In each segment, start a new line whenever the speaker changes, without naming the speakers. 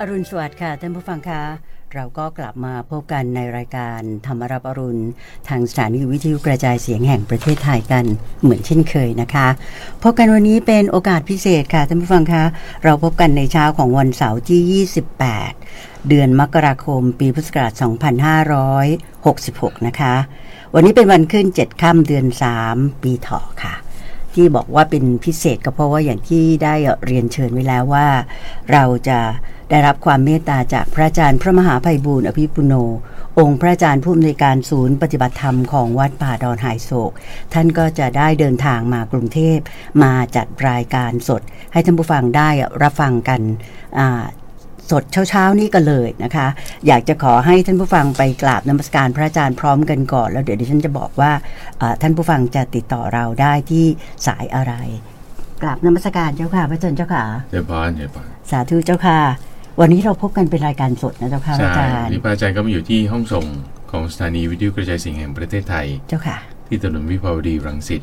อรุณสวัสดิ์ค่ะท่านผู้ฟังคะเราก็กลับมาพบกันในรายการธรรมรับอรุณ ทางสถานีวิทยุกระจายเสียงแห่งประเทศไทยกันเหมือนเช่นเคยนะคะพบกันวันนี้เป็นโอกาสพิเศษค่ะท่านผู้ฟังคะเราพบกันในเช้าของวันเสาร์ที่ 28 เดือนมกราคม ปีพุทธศักราช 2566 นะคะ วันนี้เป็นวันขึ้น 7 ค่ำเดือน 3 ปีเถาะค่ะ ที่บอกว่าเป็นพิเศษก็เพราะว่าอย่างที่ได้เรียนเชิญไว้แล้วว่า เราจะได้รับความเมตตาจากพระอาจารย์พระมหาภัยบูร์อภิปุโน องค์พระอาจารย์ผู้อำนวยการศูนย์ปฏิบัติธรรมของวัดป่าดอนหายโศก ท่านก็จะได้เดินทางมากรุงเทพมาจัดรายการสด ให้ท่านผู้ฟังได้รับฟังกันอ่า สดเช้าๆ นี่กันเลยนะคะ อยากจะขอให้ท่านผู้ฟังไปกราบนมัสการพระอาจารย์พร้อมกันก่อน แล้วเดี๋ยวดิฉันจะบอกว่าเอ่อท่านผู้ฟังจะติดต่อเราได้ที่สายอะไร กราบนมัสการเจ้าค่ะ พระอาจารย์เจ้าค่ะ
เจ้าพานเจ้าพาน
สาธุเจ้าค่ะ วันนี้เราพบกันเป็นรายการสดนะเจ้าค่ะพระ
ใช่
อาจารย์
นี่พระอาจารย์ก็มาอยู่ที่ห้องส่งของสถานีวิทยุกระจายเสียงแห่งประเทศไทย
เจ้าค่ะ
ที่ถนนวิภาวดีรังสิต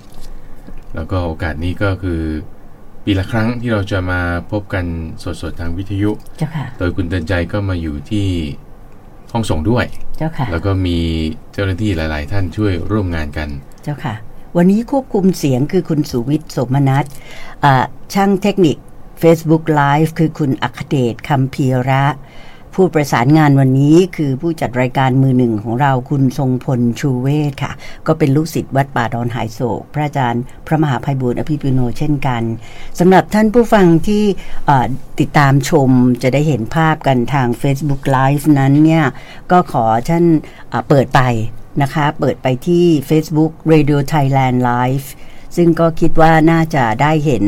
แล้วก็โอกาสนี้ก็คือปีละครั้งที่เราจะมาพบกันสดๆทางวิทยุ
เจ้าค่ะ
โดยคุณเตือนใจก็มาอยู่ที่ห้องส่งด้วย
เจ้าค่ะ
แล้วก็มีเจ้าหน้าที่หลาย ๆ ท่านช่วยร่วมงานกัน
เจ้าค่ะ วันนี้ควบคุมเสียงคือคุณสุวิทย์โสมนัสอ่าช่างเทคนิค Facebook Live คือคุณอัคเดชคำเพียระ ผู้ประสานงานวันนี้คือผู้จัดรายการมือหนึ่งของเราคุณทรงพลชูเวศค่ะ ก็เป็นลูกศิษย์วัดป่าดอนหายโศก พระอาจารย์พระมหาภัยบูร์อภิปุโนเช่นกันสำหรับท่านผู้ฟังที่เอ่อติดตามชมจะได้เห็นภาพกันทาง Facebook Live นั้นเนี่ย ก็ขอท่านเอ่อเปิดไปนะคะ เปิดไปที่ Facebook Radio Thailand Live ซึ่งก็คิดว่าน่าจะได้เห็น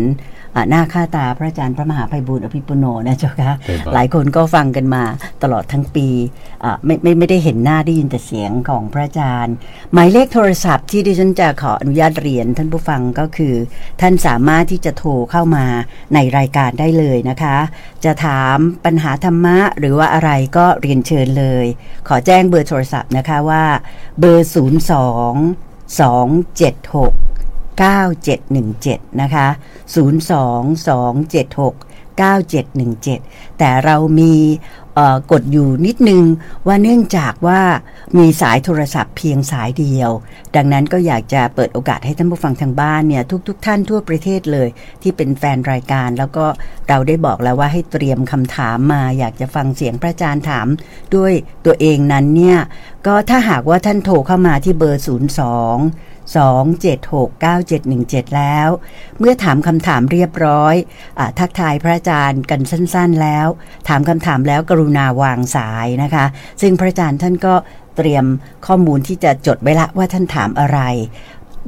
อ่ะหน้าค่าตาพระอาจารย์พระมหาภัยบูร์อภิปุโนนะเจ้าคะ
ใช่ครับ
หลายคนก็ฟังกันมาตลอดทั้งปีอ่ะไม่ไม่ไม่ได้เห็นหน้าได้ยินแต่เสียงของพระอาจารย์ หมายเลขโทรศัพท์ที่ดิฉันจะขออนุญาตเรียนท่านผู้ฟังก็คือ ท่านสามารถที่จะโทรเข้ามาในรายการได้เลยนะคะ จะถามปัญหาธรรมะหรือว่าอะไรก็เรียนเชิญเลย ขอแจ้งเบอร์โทรศัพท์นะคะว่า เบอร์ 0 2 2 7 6 9717 นะคะ 02276 9717 แต่เรามีเอ่อกฎอยู่นิดนึงว่าเนื่องจากว่ามีสายโทรศัพท์เพียงสายเดียว ดังนั้นก็อยากจะเปิดโอกาสให้ท่านผู้ฟังทางบ้านเนี่ยทุกๆทท่านทั่วประเทศเลย ที่เป็นแฟนรายการ แล้วก็เราได้บอกแล้วว่าให้เตรียมคำถามมา อยากจะฟังเสียงพระอาจารย์ถามด้วยตัวเองนั้นเนี่ยก็ถ้าหากว่าท่านโทรเข้ามาที่เบอร์ 02 2769717 แล้ว เมื่อถามคำถามเรียบร้อยอาทักทายพระอาจารย์กันสั้นๆแล้ว ถามคำถามแล้วกรุณาวางสายนะคะ ซึ่งพระอาจารย์ท่านก็เตรียมข้อมูลที่จะจดไว้ละว่าท่านถามอะไร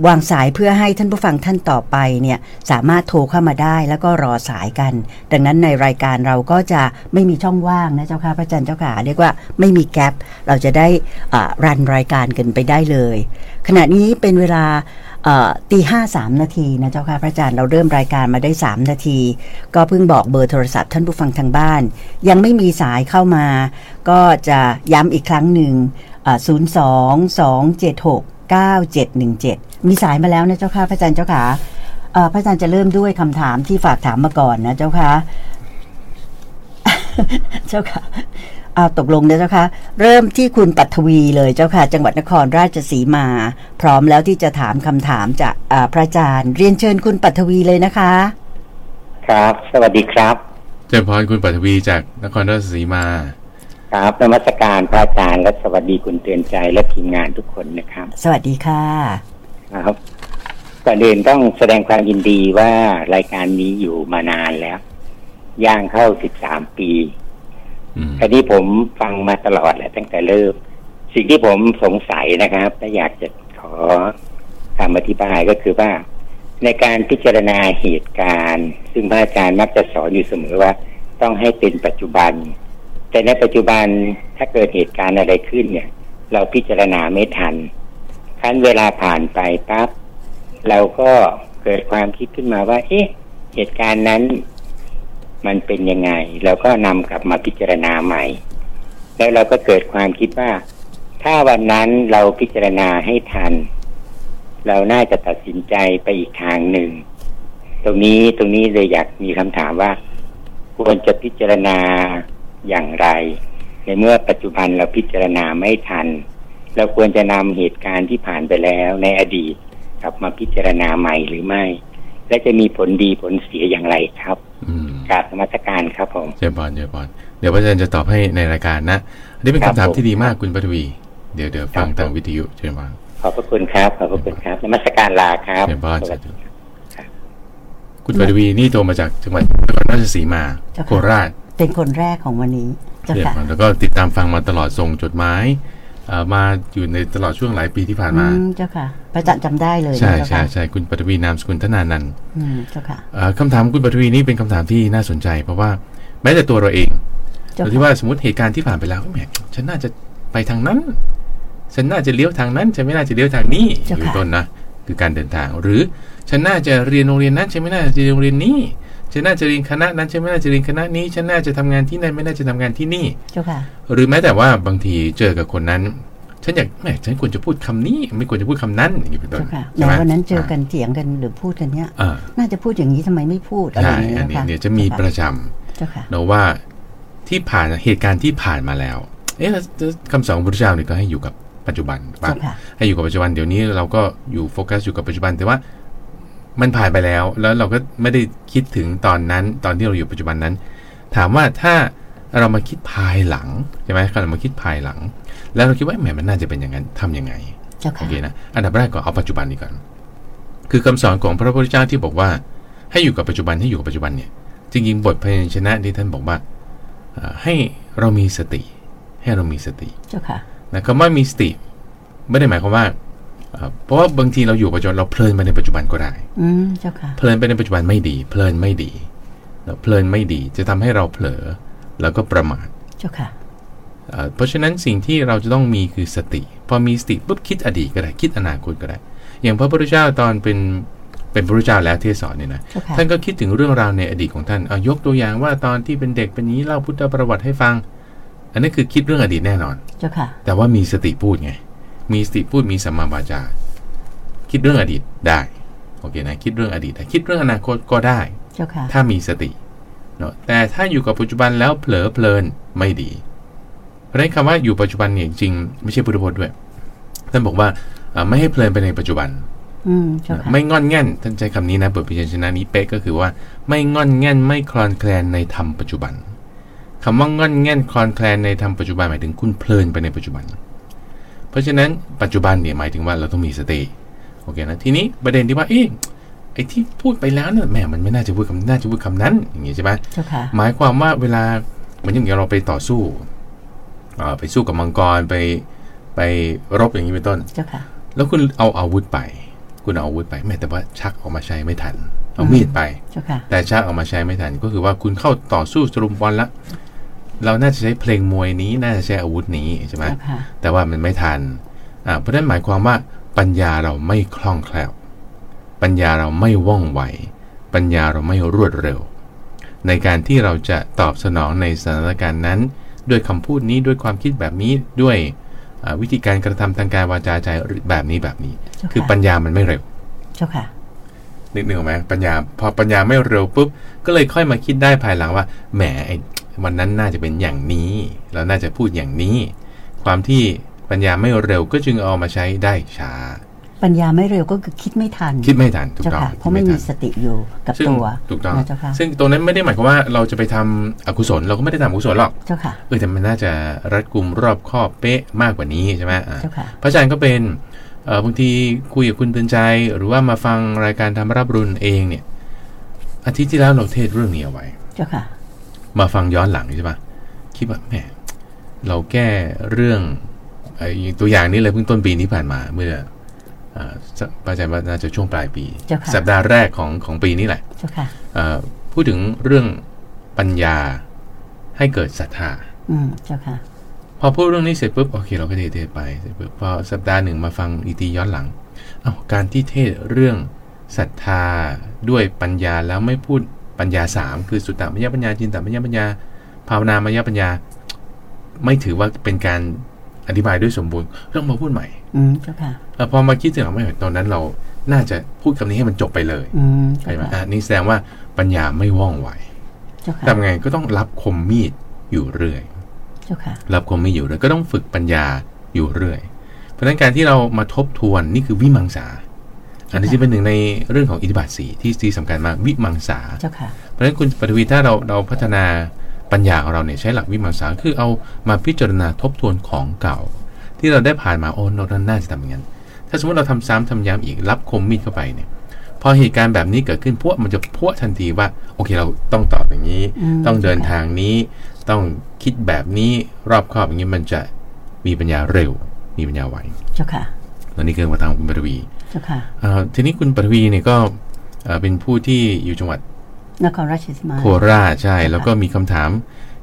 วางสายเพื่อให้ท่านผู้ฟังท่านต่อไปเนี่ยสามารถโทรเข้ามาได้แล้วก็รอสายกัน ดังนั้นในรายการเราก็จะไม่มีช่องว่างนะเจ้าค่ะพระอาจารย์เจ้าค่ะเรียกว่าไม่มีแกลบเราจะได้อ่ารันรายการกันไปได้เลย ขณะนี้เป็นเวลาเอ่อตีห้าสามนาทีนะเจ้าค่ะพระอาจารย์เราเริ่มรายการมาได้ 3 นาที ก็เพิ่งบอกเบอร์โทรศัพท์ท่านผู้ฟังทางบ้าน ยังไม่มีสายเข้ามา ก็จะย้ำอีกครั้งหนึ่งศูนย์สองสองเจ็ดหกเก้าเจ็ดหนึ่งเจ็ดมีสายมาแล้วนะเจ้าค่ะพระอาจารย์เจ้าค่ะเอ่อพระอาจารย์จะเริ่มด้วยคำถามที่ฝากถามมาก่อนนะเจ้าค่ะ เจ้าค่ะ เอาตกลงนะเจ้าค่ะ เริ่มที่คุณปัทวีเลยเจ้าค่ะ จังหวัดนครราชสีมา พร้อมแล้วที่จะถามคำถามจากอ่าพระอาจารย์ เรียนเชิญคุณปัทวีเลยนะคะ
ครับ สวัสดีครับ
เจ้าพานคุณปัทวีจากนครราชสีมา
ครับนมัสการพระอาจารย์และสวัสดีคุณเตือนใจและทีมงานทุกคนนะครับ
สวัสดีค่ะ
ครับก่อนอื่นต้องแสดงความยินดีว่ารายการนี้อยู่มานานแล้ว ย่างเข้า 13 ปี
อืม
คราวนี้ผมฟังมาตลอดแหละตั้งแต่เริ่ม สิ่งที่ผมสงสัยนะครับและอยากจะขอคำอธิบายก็คือว่า ในการพิจารณาเหตุการณ์ ซึ่งพระอาจารย์มักจะสอนอยู่เสมอว่า ต้องให้เป็นปัจจุบัน แต่ในปัจจุบันถ้าเกิดเหตุการณ์อะไรขึ้นเนี่ย เราพิจารณาไม่ทัน ขั้นเวลาผ่านไปปั๊บเราก็เกิดความคิดขึ้นมาว่า เอ๊ะ เหตุการณ์นั้น มันเป็นยังไง เราก็นำกลับมาพิจารณาใหม่ แล้วเราก็เกิดความคิดว่า ถ้าวันนั้นเราพิจารณาให้ทัน เราน่าจะตัดสินใจไปอีกทางหนึ่ง ตรงนี้ตรงนี้เลยอยากมีคำถามว่า ควรจะพิจารณา อย่างไร ในเมื่อปัจจุบันเราพิจารณาไม่ทัน เราควรจะนำเหตุการณ์ที่ผ่านไปแล้วในอดีต กลับมาพิจารณาใหม่หรือไม่ และจะมีผลดีผลเสียอย่างไรครับ
อืม
กราบนมัสการครับผม
เจบอลเจบอลเดี๋ยวพระอาจารย์จะตอบให้ในรายการนะอันนี้เป็น
ครั
คำ
บ
ถาม
ผม
ที่ดีมากคุณปฐวี เดี๋ยวเดี๋ยวฟัง
ครับ
ทางวิทยุเจบอล
ขอบพระคุณครับขอบพระคุณครับนมัสการลาครับ
เจริญพร
สวัสดีครับ
คุณปฐวีนี่โทรมาจากจังหวัดนครราชสีมา
เจ้าค่ะ
โคราช
เป็นคนแรกของวันนี้เจ้า
เรีย
ค่ะ
นมาแล้วก็ติดตามฟังมาตลอดส่งจดหมายเอ่อมาอยู่ในตลอดช่วงหลายปีที่ผ่าน
อื
มา
มเจ้าค่ะ ประจันจำได้เลยนะ
ใช่
เจ้า
ใช่
ค่ะ
ใช่คุณปฐวีนามสกุลธนานันท์
อืมเจ้าค่ะ
เอ่อคำถามคุณปฐวีนี่เป็นคำถามที่น่าสนใจ เพราะว่าแม้แต่ตัวเราเอง
เจ้า
เราที่
ค่ะ
ว่าสมมติเหตุการณ์ที่ผ่านไปแล้วแหมฉันน่าจะไปทางนั้น ฉันน่าจะเลี้ยวทางนั้นฉันไม่น่าจะเลี้ยวทางนี้อยู่ต้นนะคือการเดินทาง หรือฉันน่าจะเรียนโรงเรียนนั้นฉันไม่น่าจะเรียนโรงเรียนนี้ฉันน่าจะเรียนคณะนั้นฉันไม่น่าจะเรียนคณะนี้ฉันน่าจะทำงานที่นั่นไม่น่าจะทำงานที่นี่
เจ้าค่ะ
หรือแม้แต่ว่าบางทีเจอกับคนนั้น ฉันอยากแหมฉันควรจะพูดคำนี้ ไม่ควรจะพูดคำนั้นอย่างนี้เป็นต้น
เจ้าค่ะ
ใช่
แต่
ไหม
วันนั้นเจอกันเถียงกันหรือพูดกันเนี่ย
อ่า
น่าจะพูดอย่างนี้ทำไมไม่พูดอะไรอ
ใช่
ย่าง
อันนี้
เงี้ยค่ะ
เนี่ยจะมีประจ
เจ้าค่ะ
ำเนาะว่าที่ผ่านเหตุการณ์ที่ผ่านมาแล้ว เอ๊ะแล้วคำสอนของพระพุทธเจ้าเนี่ยก็ให้อยู่กับปัจจุบันปะ
เจ้าค่ะ
ให้อยู่กับปัจจุบันเดี๋ยวนี้เราก็อยู่โฟกัสอยู่กับปัจจุบันแต่ว่ามันผ่านไปแล้วแล้วเราก็ไม่ได้คิดถึงตอนนั้น ตอนที่เราอยู่ปัจจุบันนั้น ถามว่าถ้าเรามาคิดภายหลังใช่ไหมเรามาคิดภายหลัง แล้วเราคิดว่าแหมมันน่าจะเป็นอย่างนั้นทำยังไง
เจ้า
โอ
ค่ะ
เคนะอันดับแรกก่อนเอาปัจจุบันนี้ก่อน คือคำสอนของพระพุทธเจ้าที่บอกว่า ให้อยู่กับปัจจุบันให้อยู่กับปัจจุบันเนี่ยจริงๆบทพยัญชนะที่ท่านบอกว่าเอ่อให้เรามีสติ ให้เรามีสติ
เจ้าค่ะ
นะคำว่ามีสติ ไม่ได้หมายความว่าเอ่อเพราะว่าบางทีเราอยู่ปัจจุบันเราเพลินไปในปัจจุบันก็ได้
อืมเจ้าค่ะ
เพลินไปในปัจจุบันไม่ดี เพลินไม่ดีนะเพลินไม่ดีจะทำให้เราเผลอแล้วก็ประมาท
เจ้าค่ะ
เอ่อเพราะฉะนั้นสิ่งที่เราจะต้องมีคือสติ พอมีสติปุ๊บคิดอดีตก็ได้คิดอนาคตก็ได้ อย่างพระพุทธเจ้าตอนเป็นเป็นพระพุทธเจ้าแล้วที่สอนเนี่ยนะ
เจ้าค่ะ
ท่านก็คิดถึงเรื่องราวในอดีตของท่านเอายกตัวอย่างว่าตอนที่เป็นเด็กเป็นอย่างนี้เล่าพุทธประวัติให้ฟัง อันนั้นคือคิดเรื่องอดีตแน่นอน
เจ้าค่ะ
แต่ว่ามีสติพูดไง มีสติพูดมีสัมมาวาจา คิดเรื่องอดีตได้โอเคนะคิดเรื่องอดีตได้คิดเรื่องอนาคตก็ได้
เจ้าค่ะ
ถ้ามีสติเนาะแต่ถ้าอยู่กับปัจจุบันแล้วเผลอเพลินไม่ดี เพราะฉะนั้นคำว่าอยู่ปัจจุบันเนี่ยจริงๆไม่ใช่พุทธพจน์ด้วยท่านบอกว่าเอ่อไม่ให้เพลินไปในปัจจุบัน
อืมเจ้าค่ะ
ไม่งอนแง่นท่านใช้คำนี้นะบทพิจารณานี้เป๊ะก็คือว่าไม่งอนแง่นไม่คลอนแคลนในธรรมปัจจุบันคำว่างอนแง่นคลอนแคลนในธรรมปัจจุบันหมายถึงคุณเพลินไปในปัจจุบัน เพราะฉะนั้นปัจจุบันเนี่ยหมายถึงว่าเราต้องมีสติโอเคนะทีนี้ประเด็นที่ว่าเอ๊ะไอ้ที่พูดไปแล้วเนี่ยแหมมันไม่น่าจะพูดคำน่าจะพูดคำนั้นอย่างงี้ใช่ไหม
เจ้าค่ะ
หมายความว่าเวลาเหมือนอย่างเราไปต่อสู้เอ่อไปสู้กับมังกรไปไปรบอย่างนี้เป็นต้น
เจ้าค่ะ
แล้วคุณเอาอาวุธไป คุณเอาอาวุธไปแม้แต่ว่าชักออกมาใช้ไม่ทัน เอามีดไป
เจ้าค่ะ
แต่ชักออกมาใช้ไม่ทัน ก็คือว่าคุณเข้าต่อสู้สรุมบอลละเราน่าจะใช้เพลงมวยนี้น่าจะใช้อาวุธนี้ใช่ไหม
เจ้าค่ะ
แต่ว่ามันไม่ทันอ่าเพราะฉะนั้นหมายความว่าปัญญาเราไม่คล่องแคล่ว ปัญญาเราไม่ว่องไว ปัญญาเราไม่รวดเร็ว ในการที่เราจะตอบสนองในสถานการณ์นั้น ด้วยคำพูดนี้ด้วยความคิดแบบนี้ด้วยอ่าวิธีการกระทำทางกายวาจาใจหรือแบบนี้แบบนี้
เจ้าค่ะ
คือปัญญามันไม่เร็ว
เจ้าค่ะ
นิดนึงไหมปัญญาพอปัญญาไม่เร็วปุ๊บก็เลยค่อยมาคิดได้ภายหลังว่าแหมไอ้วันนั้นน่าจะเป็นอย่างนี้ เราน่าจะพูดอย่างนี้ ความที่ปัญญาไม่เร็วก็จึงเอามาใช้ได้ช้า
ปัญญาไม่เร็วก็คือคิดไม่ทัน
คิดไม่ทันถูก
เจ้า
ต้อง
ค่ะ เพราะไม่
คิด
มี
ทัน
สติอยู่กับ
ซึ่ง
ตัว
ถูกต้อง
นะเจ้าค่ะ
ซึ่งตรงนั้นไม่ได้หมายความว่าเราจะไปทำอกุศลเราก็ไม่ได้ทำอกุศลหรอก
เจ้าค่ะ
เออแต่มันน่าจะรัดกุมรอบคอบเป๊ะมากกว่านี้ใช่ไหมอ่ะ
เจ้าค่ะ
พระอาจารย์ก็เป็นเอ่อบางทีคุยกับคุณเตือนใจ หรือว่ามาฟังรายการธรรมรับรุนเองเนี่ย อาทิตย์ที่แล้วเราเทศเรื่องนี้เอาไว้
เจ้าค่ะ
มาฟังย้อนหลังใช่ปะคิดว่าแหมเราแก้เรื่องไอ้ตัวอย่างนี้เลยเพิ่งต้นปีนี้ผ่านมาเมื่ออ่าสักประจำว่าน่าจะช่วงปลายปี
เจ้าค่ะ
สัปดาห์แรกของของปีนี้แหละ
เจ้าค่ะ
เอ่อพูดถึงเรื่องปัญญาให้เกิดศรัทธา
อืมเจ้าค่ะ
พอพูดเรื่องนี้เสร็จปุ๊บโอเคเราก็เทศเทศไปเสร็จปุ๊บพอสัปดาห์หนึ่งมาฟังอีตีย้อนหลังเอาการที่เทศเรื่องศรัทธาด้วยปัญญาแล้วไม่พูดปัญญาสามคือสุตตมัญญปัญญาจินตมัญญปัญญา ภาวนามัญญปัญญา ไม่ถือว่าเป็นการอธิบายด้วยสมบูรณ์ต้องมาพูดใหม่
อืมเจ้าค่ะ
เอ่อพอมาคิดถึงเอาไม่ตอนนั้นเราน่าจะพูดคำนี้ให้มันจบไปเลย
อืม
ใช่
เจ้า
ไหม
ค่ะ
อ่ะนี่แสดงว่าปัญญาไม่ว่องไว
เจ้าค่ะ
ทำไงก็ต้องรับคมมีด อยู่เรื่อย
เจ้าค่ะ
รับความไม่อยู่เลยก็ต้องฝึกปัญญาอยู่เรื่อย เพราะฉะนั้นการที่เรามาทบทวนนี่คือวิมังสา อันนี้จะเป็นหนึ่งในเรื่องของอิทธิบาทสีที่ที่สำคัญมากวิมังสา
เจ้าค่ะ
เพราะฉะนั้นคุณปฐวีถ้าเราเราพัฒนาปัญญาของเราเนี่ยใช้หลักวิมังสาคือเอามาพิจารณาทบทวนของเก่า ที่เราได้ผ่านมาโอ้เราน่าจะทำอย่างนั้นถ้าสมมติเราทำซ้ำทำย้ำอีกรับคมมีดเข้าไปเนี่ย พอเหตุการณ์แบบนี้เกิดขึ้นพวกมันจะพวกทันทีว่า โอเคเราต้องตอบอย่างนี้
อืม
ต้องเดินทางนี้ ต้องคิดแบบนี้รอบคอบอย่างนี้มันจะมีปัญญาเร็ว มีปัญญาไว
เจ้าค่ะ
แล้วนี่คือวัฒนธรรมของคุณปฐวี
เจ้าค่ะ
อ่าทีนี้คุณปฐวีเนี่ยก็เอ่อเป็นผู้ที่อยู่จังหวัด
นครราชสีมา
โคราชใช่แล้วก็มีคำถาม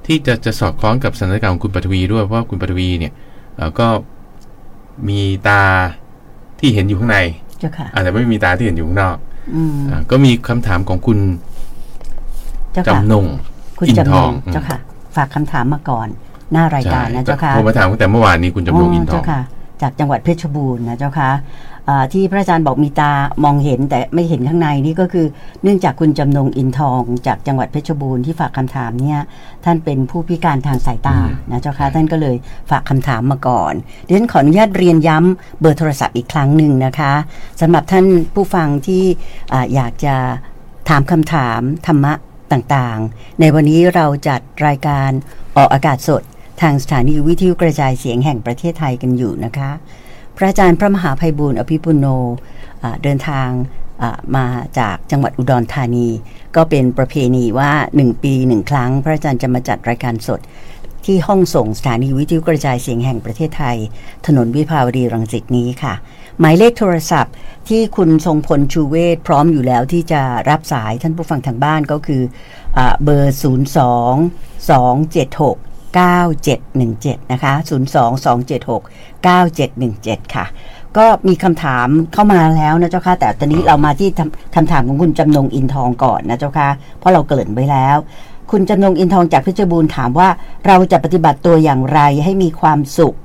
ที่จะจะสอดคล้องกับสถานการณ์ของคุณปฐวีด้วยเพราะว่าคุณปฐวีเนี่ยเอ่อก็มีตาที่เห็นอยู่ข้างใน
เจ้าค่ะ
อาจจะไม่มีตาที่เห็นอยู่ข้างนอก
อืม
อ่าก็มีคำถามของคุณ
เจ้าค่ะ
จำนง
คุณ
อินท
จำน
อง งอืม
เจ้าค่ะ ฝากคำถามมาก่อน หน้ารายการนะเจ้าค่ะ
โทรมาถามตั้งแต่เมื่อวานนี้คุณจำนงอินทอง
เจ้าค่ะ จากจังหวัดเพชรบูรณ์นะเจ้าค่ะอ่าที่พระอาจารย์บอกมีตามองเห็นแต่ไม่เห็นข้างในนี่ก็คือ เนื่องจากคุณจำนงอินทอง จากจังหวัดเพชรบูรณ์ที่ฝากคำถามเนี่ยท่านเป็นผู้พิการทางสายตา
อืม
นะเจ้าค่ะ
ใช่
ท่านก็เลยฝากคำถามมาก่อนเดี๋ยวฉันขออนุญาตเรียนย้ำเบอร์โทรศัพท์อีกครั้งหนึ่งนะคะสำหรับท่านผู้ฟังที่อ่าอยากจะถามคำถามธรรมะต่างๆ ในวันนี้เราจัดรายการออกอากาศสด ทางสถานีวิทยุกระจายเสียงแห่งประเทศไทยกันอยู่นะคะ พระอาจารย์พระมหาภัยบูร์อภิปุโนอ่าเดินทางอ่ามาจากจังหวัดอุดรธานี ก็เป็นประเพณีว่า 1 ปีหนึ่งครั้ง พระอาจารย์จะมาจัดรายการสด ที่ห้องส่งสถานีวิทยุกระจายเสียงแห่งประเทศไทย ถนนวิภาวดีรังสิตนี้ค่ะ หมายเลขโทรศัพท์ที่คุณทรงพลชูเวศพร้อมอยู่แล้วที่จะรับสายท่านผู้ฟังทางบ้านก็คืออาเบอร์ 0 2 2 7 6 9 7 1 7 นะคะ 0 2 2 7 6 9 7 1 7 ค่ะ ก็มีคำถามเข้ามาแล้วนะเจ้าค่ะ แต่ตอนนี้เรามาที่ทำคำถามของคุณจำนงอินทองก่อนนะเจ้าค่ะ เพราะเราเกริ่นไว้แล้ว คุณจำนงอินทองจากเพชรบูรณ์ถามว่าเราจะปฏิบัติตัวอย่างไรให้มีความสุข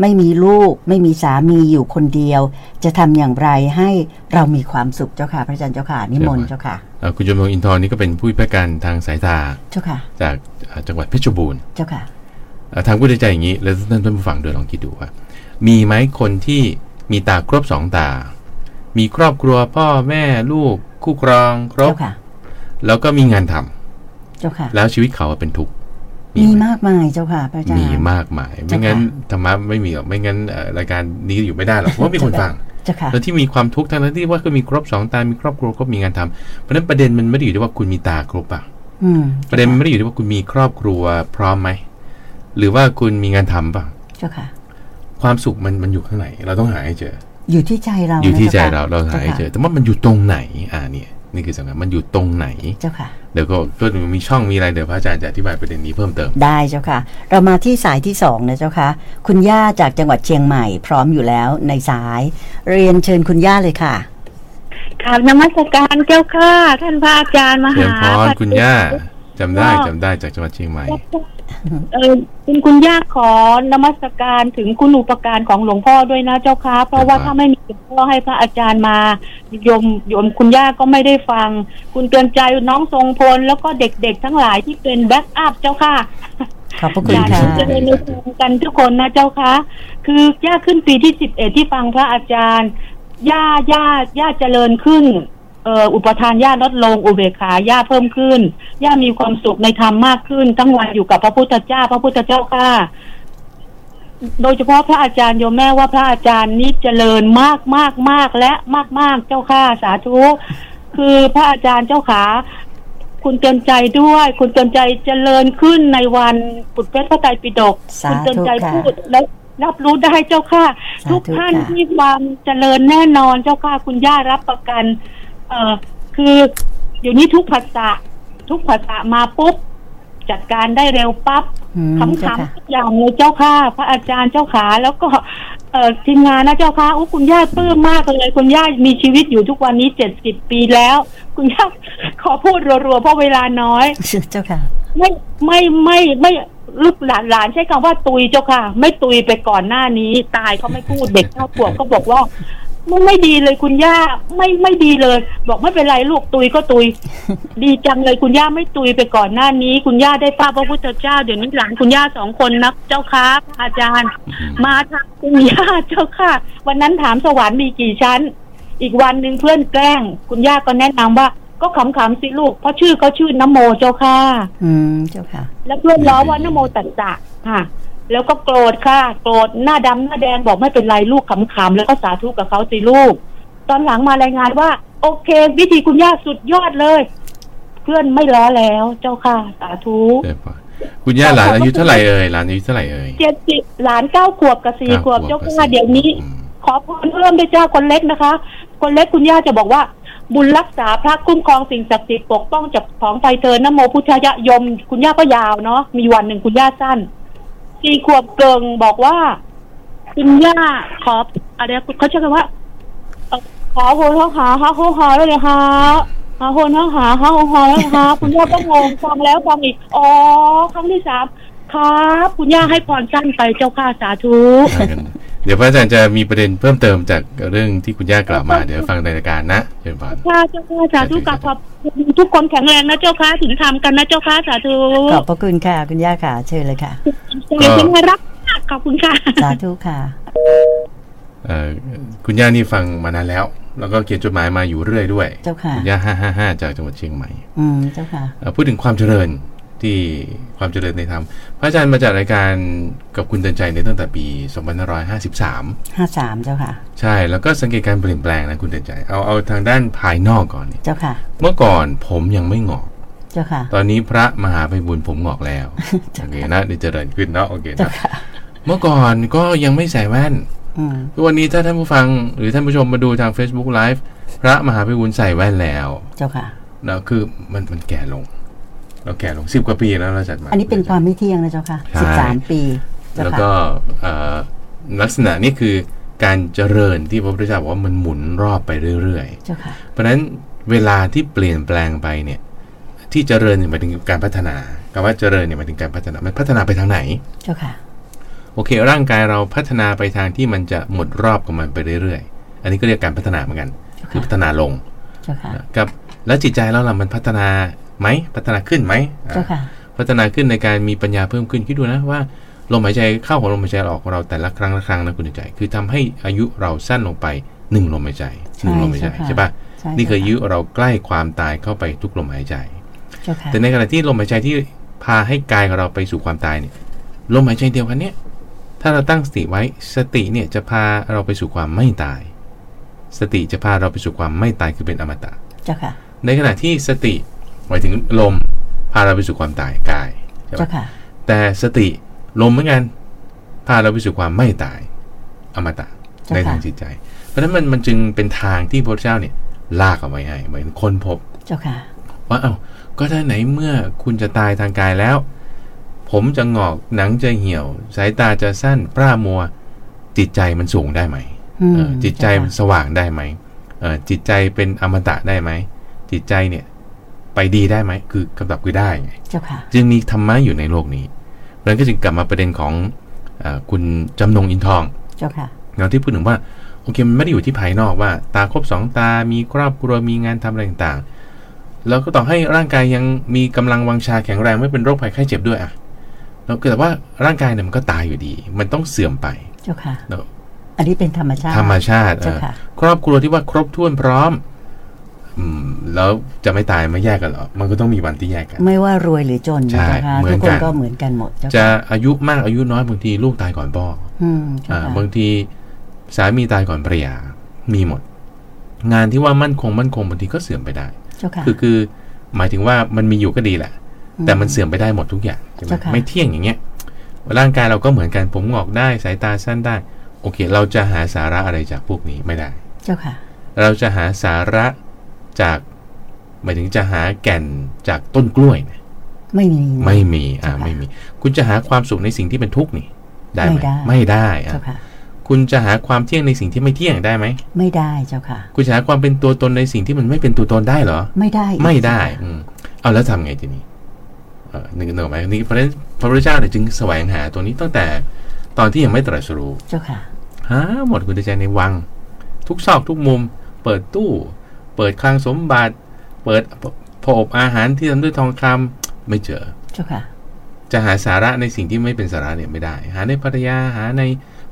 ไม่มีลูก ไม่มีสามีอยู่คนเดียว จะทำอย่างไรให้เรามีความสุขเจ้าค่ะ พระอาจารย์เจ้าค่ะ นิมนต์
เจ้า
เจ้า
ค่ะ
ค่ะ
เอ่อคุณจำนงอินทองนี่ก็เป็นผู้พิการทางสายตา
เจ้าค่ะ
จากเอ่อจังหวัดเพชรบูรณ์
เจ้าค่ะ
เอ่อทางผู้ใจอย่างนี้ แล้วท่านท่านผู้ฟังเดือลองคิดดูว่า มีไหมคนที่มีตาครบสองตา มีครอบครัวพ่อแม่ลูก คู่ครองครบ
เจ้าค่ะ
แล้วก็มีงานทำ
เจ้าค่ะ
แล้วชีวิตเขาอะเป็นทุกข์
มี
ไห
มากมายเจ้าค่ะ พระอาจารย์
มีมากมาย
เจ้า
ไม่
ค่ะ
งั้นธรรมะไม่มีหรอกไม่งั้นเอ่อรายการนี้อยู่ไม่ได้หร อกเพราะว่ามีคนฟัง
เจ้าค่ะ
แล้วที่มีความทุกข์ทั้งนั้นที่ว่าก็มีครบสองตา มีครอบครัวครบมีงานทำเพราะฉะนั้นประเด็นมันไม่ได้อยู่ที่ว่าคุณมีตาครบอะ
อืม
ประเด็นมันไม่ได้อยู่ที่ว่าคุณมีครอบครัวพร้อมไหมหรือว่าคุณมีงานทำป่ะ
เจ้าค่ะ
ความสุขมันมันอยู่ข้างในเราต้องหาให้เจอ
อยู่ที่ใจเรา
อยู่ที่ใจ
นะ
เราเราหาให้เจอ
ค่ะ
แต่ว่ามันอยู่ตรงไหนอ่าเนี่ยนี่คือสำคัญมันอยู่ตรงไหน
เจ้าค่ะ
เดี๋ยวก็ก็มีช่องมีอะไรเดี๋ยวพระอาจารย์จะอธิบายประเด็นนี้เพิ่มเติม
ได้เจ้าค่ะ เรามาที่สายที่สองนะเจ้าค่ะ คุณย่าจากจังหวัดเชียงใหม่พร้อมอยู่แล้วในสาย เรียนเชิญคุณย่าเลยค่ะ
ค่ะนมัสการเจ้าค่ะ ท่านพระอาจารย์ม
เพีย
หาง
พรคุณย่าจำได้จำได้จากจังหวัดเชียงใหม่
เออเป็นคุณย่าขอนมัสการถึงคุณอุปการของหลวงพ่อด้วยนะเจ้าค่ะ เพราะว่า
ครับ
ถ้าไม่มีหลวงพ่อให้พระอาจารย์มาโยมโยมคุณย่าก็ไม่ได้ฟัง คุณเตือนใจน้องทรงพลแล้วก็เด็กๆทั้งหลายที่เป็นแบ็กอัพเจ้าค่ะ
ขอบพระคุณ
อยาก
ค่ะ
จะเจริญในธรรมกันทุกคนนะเจ้าคะ คือย่าขึ้นปีที่สิบเอ็ดที่ฟังพระอาจารย์ ย่าย่าย่าเจริญขึ้นเอ่ออุปทานย่าลดลงอุเบกขาย่าเพิ่มขึ้น ย่ามีความสุขในธรรมมากขึ้นทั้งวันอยู่กับพระพุทธเจ้า พระพุทธเจ้าค่ะ โดยเฉพาะพระอาจารย์โยมแม่ว่าพระอาจารย์นี่เจริญมากมากมากและมากมากเจ้าค่ะสาธุ คือพระอาจารย์เจ้าขา คุณเตือนใจด้วย คุณเตือนใจเจริญขึ้นในวันปุตเพชรพระไตรปิฎก
สาธุ
คุณเตือนใจ
ค่ะ
พูดและรับรู้ได้เจ้าค่ะ
สาธุ
ทุกท่าน
ค่ะ
ที่ความเจริญแน่นอนเจ้าค่ะ คุณย่ารับประกัน เอ่อคือเดี๋ยวนี้ทุกภาษาทุกภาษามาปุ๊บ จัดการได้เร็วปั๊บ
อืม
คำ
เจ้า
ถาม
ค่ะ
ทุกอย่างเลยเจ้าค่ะ พระอาจารย์เจ้าขาแล้วก็เอ่อทีมงานนะเจ้าค่ะอุ้คุณย่าปลื้มมากเลย คุณย่ามีชีวิตอยู่ทุกวันนี้เจ็ดสิบปีแล้ว คุณย่า ขอพูดรัวๆเพราะเวลาน้อย
เจ้าค่ะ
ไม่ไม่ไม่ไม่ลูกหลานหลานใช้คำว่าตุยเจ้าค่ะ ไม่ตุยไปก่อนหน้านี้ ตายเขาไม่พูดเด็กเก้าขวบก็บอกว่า ไม่ไม่ดีเลยคุณย่าไม่ไม่ดีเลย บอกไม่เป็นไรลูกตุยก็ตุย ดีจังเลยคุณย่าไม่ตุยไปก่อนหน้านี้ คุณย่าได้ทราบพระพุทธเจ้าเดี๋ยวนี้หลานคุณย่าสองคนนะเจ้าค่ะอาจารย์ มาทางคุณย่าเจ้าค่ะ วันนั้นถามสวรรค์มีกี่ชั้น อีกวันหนึ่งเพื่อนแกล้ง คุณย่าก็แนะนำว่า ก็ขำๆสิลูกเพราะชื่อเขาชื่อนโมเจ้าค่ะ
อืมเจ้าค่ะ
แล้วเพื่อนล้อว่านโมตัสสะค่ะ แล้วก็โกรธค่ะ โกรธหน้าดำหน้าแดงบอกไม่เป็นไรลูกขำๆแล้วก็สาธุกับเขาสิลูก ตอนหลังมารายงานว่า โอเค วิธีคุณย่าสุดยอดเลย เพื่อนไม่ล้อแล้วเจ้าค่ะ สาธุ
ใช่ปะคุณย่าหลานอายุเท่าไหร่เอ่ยหลานอายุเท่าไหร่เอ่ย
เจ็ดสิบหลานเก้าขวบกับสี่ขวบเจ้าค่ะเดี๋ยวนี้
อืม
ขอพรเพิ่มด้วยเจ้าคนเล็กนะคะ คนเล็กคุณย่าจะบอกว่า บุญรักษาพระคุ้มครองสิ่งศักดิ์สิทธิ์ปกป้องจากของไฟเธอนะโมพุทธายะยม คุณย่าก็ยาวเนาะมีวันหนึ่งคุณย่าสั้นสี่ขวบเกิงบอกว่า คุณย่าขออะไรนะเขาเชื่อกันว่าเอ่อขอโหนเท้าหาฮาโหฮาแล้วเลยฮะฮาโหนเท้าหาฮาโหฮาแล้วฮะคุณย่าก็งงฟังแล้วฟังอีกอ๋อครั้งที่สามครับ คุณย่าให้พรสั้นไปเจ้าค่ะสาธุ
ได้กันเดี๋ยวพระอาจารย์จะมีประเด็นเพิ่มเติมจากเรื่องที่คุณย่ากล่าวมา เดี๋ยวฟังในรายการนะเชิญฟัง
ค่ะเจ้าค่ะสาธุกับขอบคุณทุกคนแข็งแรงนะเจ้าค่ะถึงทำกันนะเจ้าค่ะสาธุ
ขอบพระคุณค่ะ คุณย่าค่ะ เชิญเลยค่ะ
ก็
เป็นไงรักมากขอบคุณค่ะ
สาธุค่ะ
เอ่อคุณย่านี่ฟังมานานแล้ว แล้วก็เขียนจดหมายมาอยู่เรื่อยด้วย
เจ้าค่ะ
คุณย่าห้าห้าห้าจากจังหวัดเชียงใหม่
อืมเจ้าค่ะ
เอ่อพูดถึงความเจริญที่ความเจริญในธรรมพระอาจารย์มาจัดรายการกับคุณเตือนใจในยตั้งแต่ปี2553
ห้าสามเจ้าค่ะ
ใช่แล้วก็สังเกตการเปลี่ยนแปลงนะคุณเตือนใจเอาเอาทางด้านภายนอกก่อนเนี่ย
เจ้าค่ะ
เมื่อก่อนผมยังไม่งอก
เจ้าค่ะ
ตอนนี้พระมหาไพบุญผมงอก แล้ว โอเคนะได้เจริญขึ้นเนาะโอเค
เจ้า
นะ
ค่ะ
เมื่อก่อนก็ยังไม่ใส่แว่น
อืม
ทุกวันนี้ถ้าท่านผู้ฟังหรือท่านผู้ชมมาดูทาง Facebook Live พระมหาไพบุญใส่แว่นแล้ว
เจ้าค่ะ
เนาะคือมันมันแก่ลง เราแก่ลงสิบกว่าปีแล้วเราจัดมา
อันนี้เป็นความไม่เที่ยงนะเจ้าค่ะ
ใช่
สิบสามปีเจ้า
แล้ว
ค่ะ
ก็เอ่อลักษณะนี่คือการเจริญที่พระพุทธเจ้าบอกว่ามันหมุนรอบไปเรื่อยๆ
เจ้าค่ะ
เพราะฉะนั้นเวลาที่เปลี่ยนแปลงไปเนี่ยที่เจริญเนี่ยหมายถึงการพัฒนาคำว่าเจริญเนี่ยหมายถึงการพัฒนามันพัฒนาไปทางไหน
เจ้าค่ะ
โอเค ร่างกายเราพัฒนาไปทางที่มันจะหมดรอบของมันไปเรื่อยๆ อันนี้ก็เรียกการพัฒนาเหมือนกันคือพัฒนาลง
เจ้าค่ะ
กับแล้วจิตใจเราล่ะมันพัฒนาไหมพัฒนาขึ้นไหมอ่ะ
เจ้าค่ะ
พัฒนาขึ้นในการมีปัญญาเพิ่มขึ้นคิดดูนะว่าลมหายใจเข้าของลมหายใจออกของเราแต่ละครั้งละครั้งนะคุณใจ คือทำให้อายุเราสั้นลงไปหนึ่งลมหายใจหนึ่งลมหายใจ
ใช่ค่ะ
ใช่ปะ
ใช่
นี่คืออายุเราใกล้ความตายเข้าไปทุกลมหายใจ
เจ้าค่ะ
แต่ในขณะที่ลมหายใจที่พาให้กายของเราไปสู่ความตายเนี่ย ลมหายใจเดียวกันเนี่ย ถ้าเราตั้งสติไว้ สติเนี่ยจะพาเราไปสู่ความไม่ตาย สติจะพาเราไปสู่ความไม่ตายคือเป็นอมตะ
เจ้าค่ะ
ในขณะที่สติหมายถึงลมพาเราไปสู่ความตายกายใช่ไหม
เจ้าค่ะ
แต่สติลมเหมือนกันพาเราไปสู่ความไม่ตาย อมตะ
เจ้าค่ะ
ในทางจิตใจ เพราะฉะนั้นมันมันจึงเป็นทางที่พระเจ้าเนี่ยลากเอาไว้ให้เหมือนคนพบ
เจ้าค่ะ
ว่าเอา้าก็ถ้าไหนเมื่อคุณจะตายทางกายแล้ว ผมจะงอกหนังจะเหี่ยว สายตาจะสั้นปร้ามัว จิตใจมันสูงได้ไหม
อืม
เออจิตใจ
เจ้าค่ะ
มันสว่างได้ไหมเออจิตใจเป็นอมตะได้ไหม จิตใจเนี่ย ไปดีได้ไหมคือคำตอบคือได้ไง
เจ้าค่ะ
จึงมีธรรมะอยู่ในโลกนี้มันก็จึงกลับมาประเด็นของเออคุณจำนงอินทอง
เจ้าค่ะ
เราที่พูดถึงว่าโอเคมันไม่ได้อยู่ที่ภายนอกว่า ตาครบสองตา มีครอบครัวมีงานทำอะไรต่างๆ แล้วก็ต่อให้ร่างกายยังมีกำลังวังชาแข็งแรงไม่เป็นโรคภัยไข้เจ็บด้วยอะแล้วก็แต่ว่าร่างกายเนี่ยมันก็ตายอยู่ดี มันต้องเสื่อมไป
เจ้าค่ะ
เนอะ
อันนี้เป็นธรรมชาติ
ธรรมชาติเอ
เจ้า
อ
ค่ะ
ครอบครัวที่ว่าครบถ้วนพร้อมอืมแล้วจะไม่ตายไม่แยกกันเหรอมันก็ต้องมีวันที่แยกกัน
ไม่ว่ารวยหรือจน
ใช่
นะเจ้าค่ะ
เหมื
ทุ
อก น
ค
กัน
นก็เหมือนกันหมดเจ้า
จะ
ค่ะ
อายุมากอายุน้อยบางทีลูกตายก่อนพ่อ
อืมเจ้า
อ่า
ค่ะ
บางทีสามีตายก่อนภรรยา มีหมด งานที่ว่ามั่นคงมั่นคงบางทีก็เสื่อมไปได้
เจ้าค่ะ
คือคือหมายถึงว่ามันมีอยู่ก็ดีแหละ
อืม
แต่มันเสื่อมไปได้หมดทุกอย่างใช่ไหม
เจ้าค่ะ
ไม่เที่ยงอย่างเงี้ยร่างกายเราก็เหมือนกันผมงอกได้สายตาสั้นได้ โอเค เราจะหาสาระอะไรจากพวกนี้ไม่ได้
เจ้าค่ะ
เราจะหาสาระจากหมายถึงจะหาแก่นจากต้นกล้วยนะ
ไม่มี
ไม่มีอ่า
เจ้าค่ะ
ไม่มี คุณจะหาความสุขในสิ่งที่เป็นทุกข์นี่ได้ไหม
ไม่ได้
ไม่ได้อ่ะ
เจ้าค่ะ
คุณจะหาความเที่ยงในสิ่งที่ไม่เที่ยงได้ไหม
ไม่ได้เจ้าค่ะ
คุณจะหาความเป็นตัวตนในสิ่งที่มันไม่เป็นตัวตนได้เหรอ
ไม่ได้อีก
ไม่ได้
เจ้าค่ะ
อืมเอาแล้วทำไงทีนี้เออนึกนึกออกไหมนี่เพราะฉะนั้นพระพุทธเจ้าเนี่ยจึงแสวงหาตัวนี้ตั้งแต่ตอนที่ยังไม่ตรัสรู้
เจ้าค่ะ
หาหมดคุณใจในวัง ทุกซอกทุกมุม เปิดตู้ เปิดคลังสมบัติ เปิดผอบอาหารที่ทำด้วยทองคำไม่เจอ
เจ้าค่ะ
จะหาสาระในสิ่งที่ไม่เป็นสาระเนี่ยไม่ได้ หาในภรรยาหาใน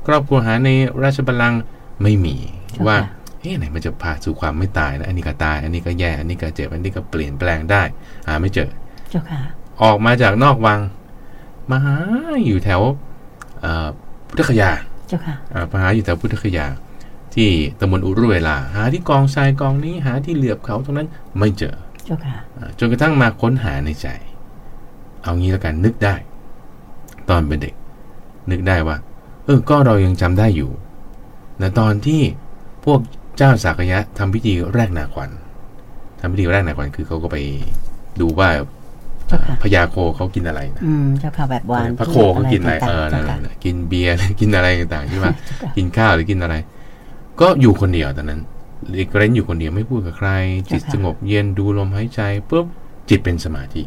ครอบครัวหาในราชบัลลังก์ไม่มี
เจ้าค่ะ
ว่าเฮ้ยไหนมันจะพาสู่ความไม่ตายนะอันนี้ก็ตาย อันนี้ก็แย่อันนี้ก็เจ็บอันนี้ก็เปลี่ยนแปลงได้ หาไม่เจอ
เจ้าค่ะ
ออกมาจากนอกวังมาหาอยู่แถวเอ่อพุทธคยา
เจ้าค่ะ
อ่ามาหาอยู่แถวพุทธคยา ที่ตำบลอุรุเวลา หาที่กองทรายกองนี้หาที่เหลือบเขาตรงนั้นไม่เจอ
เจ้าค่ะ
อ่าจนกระทั่งมาค้นหาในใจ เอางี้แล้วกันนึกได้ ตอนเป็นเด็ก นึกได้ว่า เออ ก็เรายังจำได้อยู่นะตอนที่พวกเจ้าสากยะทำพิธีแรกนาขวัญทำพิธีแรกนาขวัญคือเขาก็ไปดูว่า
เจ้าค่ะ
พญาโคเขากินอะไรนะ
อืม เจ้าค่ะแบบหวาน
พระโคเขากินอะไรเออนั่นแห
ต่า
ละ
ง
นะกินเบียร์ กินอะไรต่างๆใช่ไหม
ๆเจ้าค่ะ
กินข้าวหรือกินอะไร ก็อยู่คนเดียวตอนนั้นหลีกเร้นอยู่คนเดียวไม่พูดกับใคร
เจ้าค่ะ
จิตสงบเย็นดูลมหายใจปุ๊บจิตเป็นสมาธิ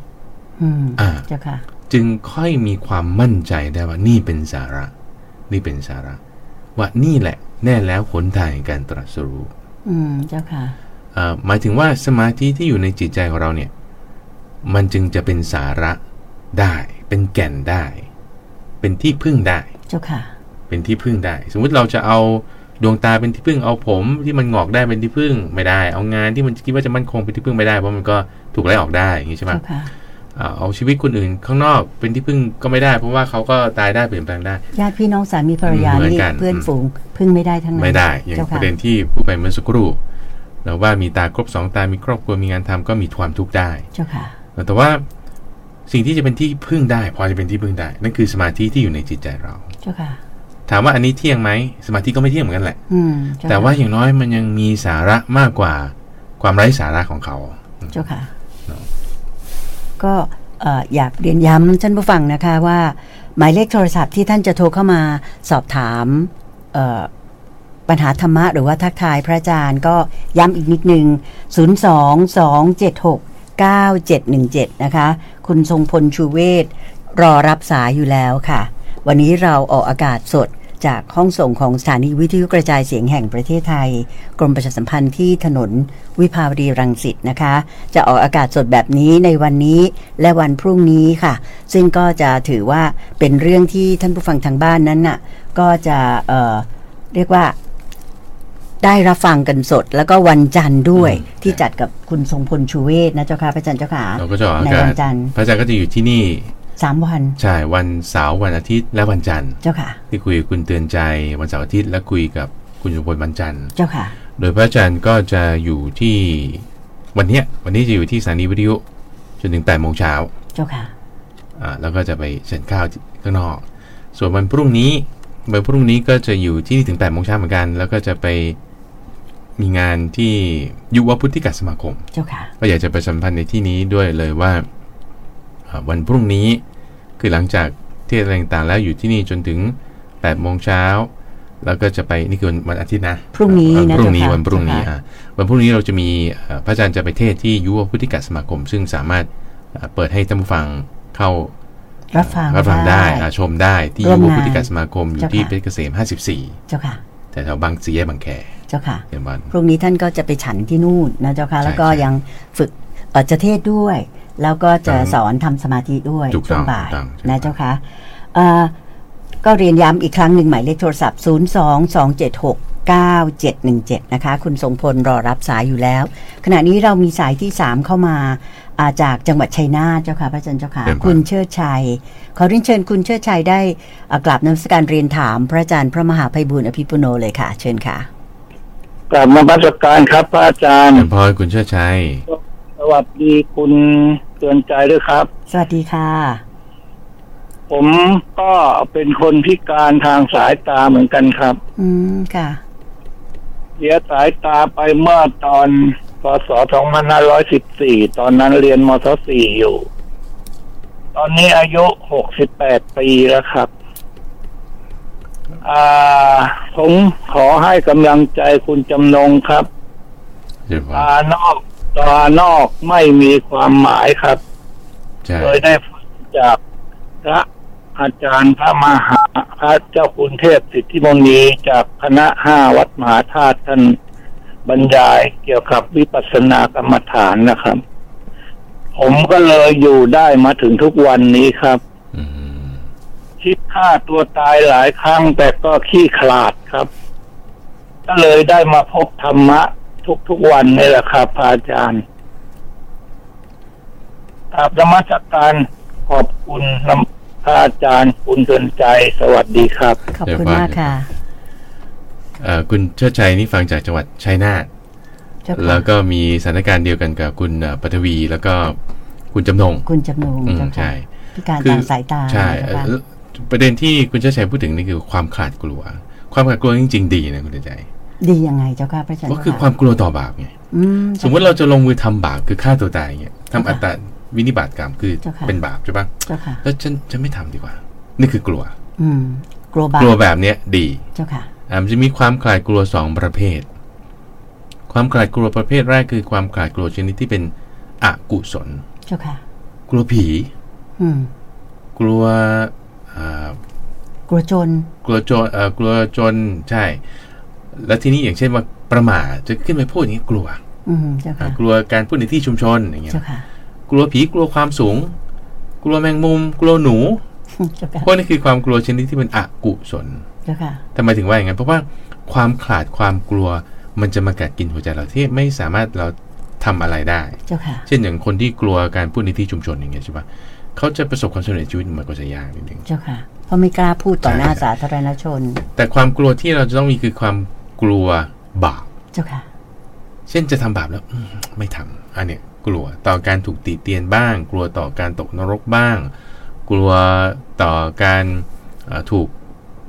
อืม
อ่า
เจ้าค่ะ
จึงค่อยมีความมั่นใจได้ว่านี่เป็นสาระ นี่เป็นสาระ ว่านี่แหละแน่แล้วผลทางแห่งการตรัสรู้
อืม เจ้าค่ะ
เอ่อหมายถึงว่าสมาธิที่อยู่ในจิตใจของเราเนี่ย มันจึงจะเป็นสาระได้ เป็นแก่นได้ เป็นที่พึ่งได้
เจ้าค่ะ
เป็นที่พึ่งได้ สมมุติเราจะเอาดวงตาเป็นที่พึ่งเอาผมที่มันงอกได้เป็นที่พึ่งไม่ได้ เอางานที่มันคิดว่าจะมั่นคงเป็นที่พึ่งไม่ได้เพราะมันก็ถูกไล่ออกได้อย่างนี้ใช่ไหม
เจ้าค่ะ
อ่าเอาชีวิตคนอื่นข้างนอกเป็นที่พึ่งก็ไม่ได้ เพราะว่าเขาก็ตายได้เปลี่ยนแปลงได้
ญาติพี่น้องสามีภรรยา
เหมือน
นี่
กัน
เพื่อนฝูงพึ่งไม่ได้ทั้งนั้น
ไม่ได้อย่าง
เจ้า
ป
ค่ะ
ระเด็นที่ผู้ไปเมื่อสักครู่เราว่ามีตาครบสองตามีครอบครัวมีงานทำก็มีความทุกข์ได้
เจ้าค่ะ
แต่ว่าสิ่งที่จะเป็นที่พึ่งได้ พอจะเป็นที่พึ่งได้ นั่นคือสมาธิที่อยู่ในจิตใจเรา
เจ้าค่ะ
ถามว่าอันนี้เที่ยงไหมสมาธิก็ไม่เที่ยงเหมือนกันแหละ
อืมเจ้ค่ะ
แต่ว่าอย่างน้อยมันยังมีสาระมากกว่าความไร้สาระของเขา
เจ้าค่ะ
เนอะ
ก็เอ่ออยากเรียนย้ำท่านผู้ฟังนะคะว่า หมายเลขโทรศัพท์ที่ท่านจะโทรเข้ามาสอบถามเอ่อปัญหาธรรมะหรือว่าทักทายพระอาจารย์ก็ย้ำอีกนิดนึง 02276 9717 นะคะ คุณทรงพลชูเวศรอรับสายอยู่แล้วค่ะ วันนี้เราออกอากาศสดจากห้องส่งของสถานีวิทยุกระจายเสียงแห่งประเทศไทย กรมประชาสัมพันธ์ที่ถนนวิภาวดีรังสิตนะคะ จะออกอากาศสดแบบนี้ในวันนี้และวันพรุ่งนี้ค่ะ ซึ่งก็จะถือว่าเป็นเรื่องที่ท่านผู้ฟังทางบ้านนั้นน่ะก็จะเอ่อเรียกว่า ได้รับฟังกันสด แล้วก็วันจันทร์ด้วย
อืม
ที่จัดกับคุณทรงพลชูเวศนะเจ้าค่ะพระอาจารย์เจ้าค่ะ
เราก็จะออกอา
ใน
กา
วั
ศ
นจันทร์
พระอาจารย์ก็จะอยู่ที่นี่
สามวัน
ใช่วันเสาร์วันอาทิตย์และวันจันทร์
เจ้าค่ะ
ที่คุยกับคุณเตือนใจวันเสาร์อาทิตย์และคุยกับคุณชุมพลวันจันทร์
เจ้าค่ะ
โดยพระอาจารย์ก็จะอยู่ที่วันเนี้ยวันนี้จะอยู่ที่สถานีวิทยุจนถึงแปดโมงเช้า
เจ้าค่ะ
อ่าแล้วก็จะไปฉันข้าวที่ข้างนอก ส่วนวันพรุ่งนี้วันพรุ่งนี้ก็จะอยู่ที่นี่ถึงแปดโมงเช้าเหมือนกัน แล้วก็จะไปมีงานที่ยุวพุทธิกสมาคม
เจ้าค่ะ
ก็อยากจะประชาสัมพันธ์ในที่นี้ด้วยเลยว่าเอ่อวันพรุ่งนี้คือหลังจากเทศอะไรต่างๆแล้วอยู่ที่นี่จนถึง8โมงเช้าแล้วก็จะไปนี่คือวันวันอาทิตย์นะ
พรุ่งนี้
วั
นะ
พรุ่งนี้
เจ้าค่ะ
วันพรุ่งนี้
เจ้าค่ะ
อ่ะวันพรุ่งนี้เราจะมีเอ่อพระอาจารย์จะไปเทศที่ยุวพุทธิกสมาคม ซึ่งสามารถเอ่อเปิดให้ท่านผู้ฟังเข้า
รับฟัง
รับฟังได้อ่ะชมได้ที่
ร่วม
ยุว
งาน
พุทธิกสมาคมอยู่
เจ้า
ที่
ค่ะ
เพชรเกษม 54
เจ้าค่ะ
แต่แถวบางสีแยกบางแค
เจ้าค่ะ
เป็นวัน
พรุ่งนี้ท่านก็จะไปฉันที่นู่นนะเจ้าค่ะ
ใช่
แล้วก็
ใช่
ยังฝึกเอ่อจะเทศด้วย แล้วก็จะ
ต้อง
สอนทำสมาธิด้วย
ถูก
ช่
ต้
ว
อง
งบ่าย
ถูกต้องใช่
นะเจ้าค่ะเอ่อก็เรียนย้ำอีกครั้งหนึ่งหมายเลขโทรศัพท์ 0 2 2 7 6 9 7 1 7 นะคะ คุณทรงพลรอรับสายอยู่แล้ว ขณะนี้เรามีสายที่ 3 เข้ามาอ่าจากจังหวัดชัยนาทเจ้าค่ะพระอาจารย์เจ้าค่ะ
เชิญครับ
คุณเชิดชัย ขอเรียนเชิญคุณเชิดชัยได้อ่ากลับนมัสการเรียนถามพระอาจารย์พระมหาไพบุญอภิปุโนเลยค่ะ เชิญค่ะ
กลับมาบัสการครับพระอาจารย์
เดินพลอยคุณเชิดชัย
สวัสดีคุณเตือนใจด้วยครับ
สวัสดีค่ะ
ผมก็เป็นคนพิการทางสายตาเหมือนกันครับ
อืม ค่ะ
เสียสายตาไปเมื่อตอนพศ2514 ตอนนั้นเรียนมศ .4 อยู่ ตอนนี้อายุ 68 ปีแล้วครับ อ่า ผมขอให้กำลังใจคุณจำนงครับ
เดินพลอย
ตานอกตานอกไม่มีความหมายครับ
ใช่
เคยได้ฟังจากพระ อาจารย์พระมหาพระเจ้าคุณเทพสิทธิมนีจากคณะห้าวัดมหาธาตุท่านบรรยายเกี่ยวกับวิปัสสนากรรมฐานนะครับ ผมก็เลยอยู่ได้มาถึงทุกวันนี้ครับ
อืม
คิดฆ่าตัวตายหลายครั้งแต่ก็ขี้ขลาดครับ ก็เลยได้มาพบธรรมะ ทุกทุกๆวันนี่แหละครับพระอาจารย์กราบธรรมสกการขอบคุณพระอาจารย์คุณเตือนใจสวัสดีครับ
ขอบคุณมากค่ะ
เอ่อคุณเชิดชัยนี่ฟังจากจังหวัดชัยนาท
เจ้าค่ะ
แล้วก็มีสถานการณ์เดียวกันกับคุณเอ่อปฐวีแล้วก็คุณจำนง
คุณจำนง
อืม
เจ้าค่ะ
ใช่
พิการ
คือ
ทางสายตา
ใช่
เจ้าค่ะ
เอ่อประเด็นที่คุณเชิดชัยพูดถึงนี่คือความขาดกลัว ความขาดกลัวจริงๆดีนะคุณเชิดชัย
ดียังไงเจ้าค่ะพระอาจารย์
ก็คือ
เจ้
ความกลัวต่อบาปไง
อื
สมมติเราจะลงมือทำบาปคือฆ่าตัวตายเงี้ยทำอัตตาวินิบาตกรรมคือ
เจ้าค่ะ
เป็นบาปใช่ปะ
เจ้าค่ะ
แล้วฉันฉันไม่ทำดีกว่า นี่คือกลัว
อืมกลัวบาป
กลัวแบบเนี้ยดี
เจ้าค่ะ
อ่ะมันจะมีความขลาดกลัวสองประเภท ความขลาดกลัวประเภทแรกคือความขลาดกลัวชนิดที่เป็นอกุศล
เจ้าค่ะ
กลัวผี
อืม
กลัวอ่าก
ลัวจน
ลัวโจรเอ่อกลัวจนใช่ แล้วทีนี้อย่างเช่นว่าประมาทจะขึ้นไปพูดอย่างนี้กลัว
อืมเจ้า
อ่ะ
ค่ะ
กลัวการพูดในที่ชุมชนอย่างเงี้ย
เจ้าค่ะ
กลัวผีกลัวความสูง กลัวแมงมุม กลัวหนู
เจ้าค่ะ
พวกนี้คือความกลัวชนิดที่เป็นอกุศล
เจ้าค่ะ
ทำไมถึงว่าอย่างนั้นเพราะว่าความขลาดความกลัวมันจะมากัดกินหัวใจเราที่ไม่สามารถเราทำอะไรได้
เจ้าค่ะ
เช่นอย่างคนที่กลัวการพูดในที่ชุมชนอย่างเงี้ยใช่ปะเขาจะประสบความสำเร็จในชีวิตมันก็จะยากนิดนึง
เจ้าค่ะ เพราะไม่กล้าพูดต่อหน้า
ใช่
สาธารณชน
แต่ความกลัวที่เราจะต้องมีคือความกลัวบาป
เจ้าค่ะ
เช่นจะทำบาปแล้วอืมไม่ทำอันเนี้ยกลัวต่อการถูกติเตียนบ้าง กลัวต่อการตกนรกบ้าง กลัวต่อการเอ่อถูก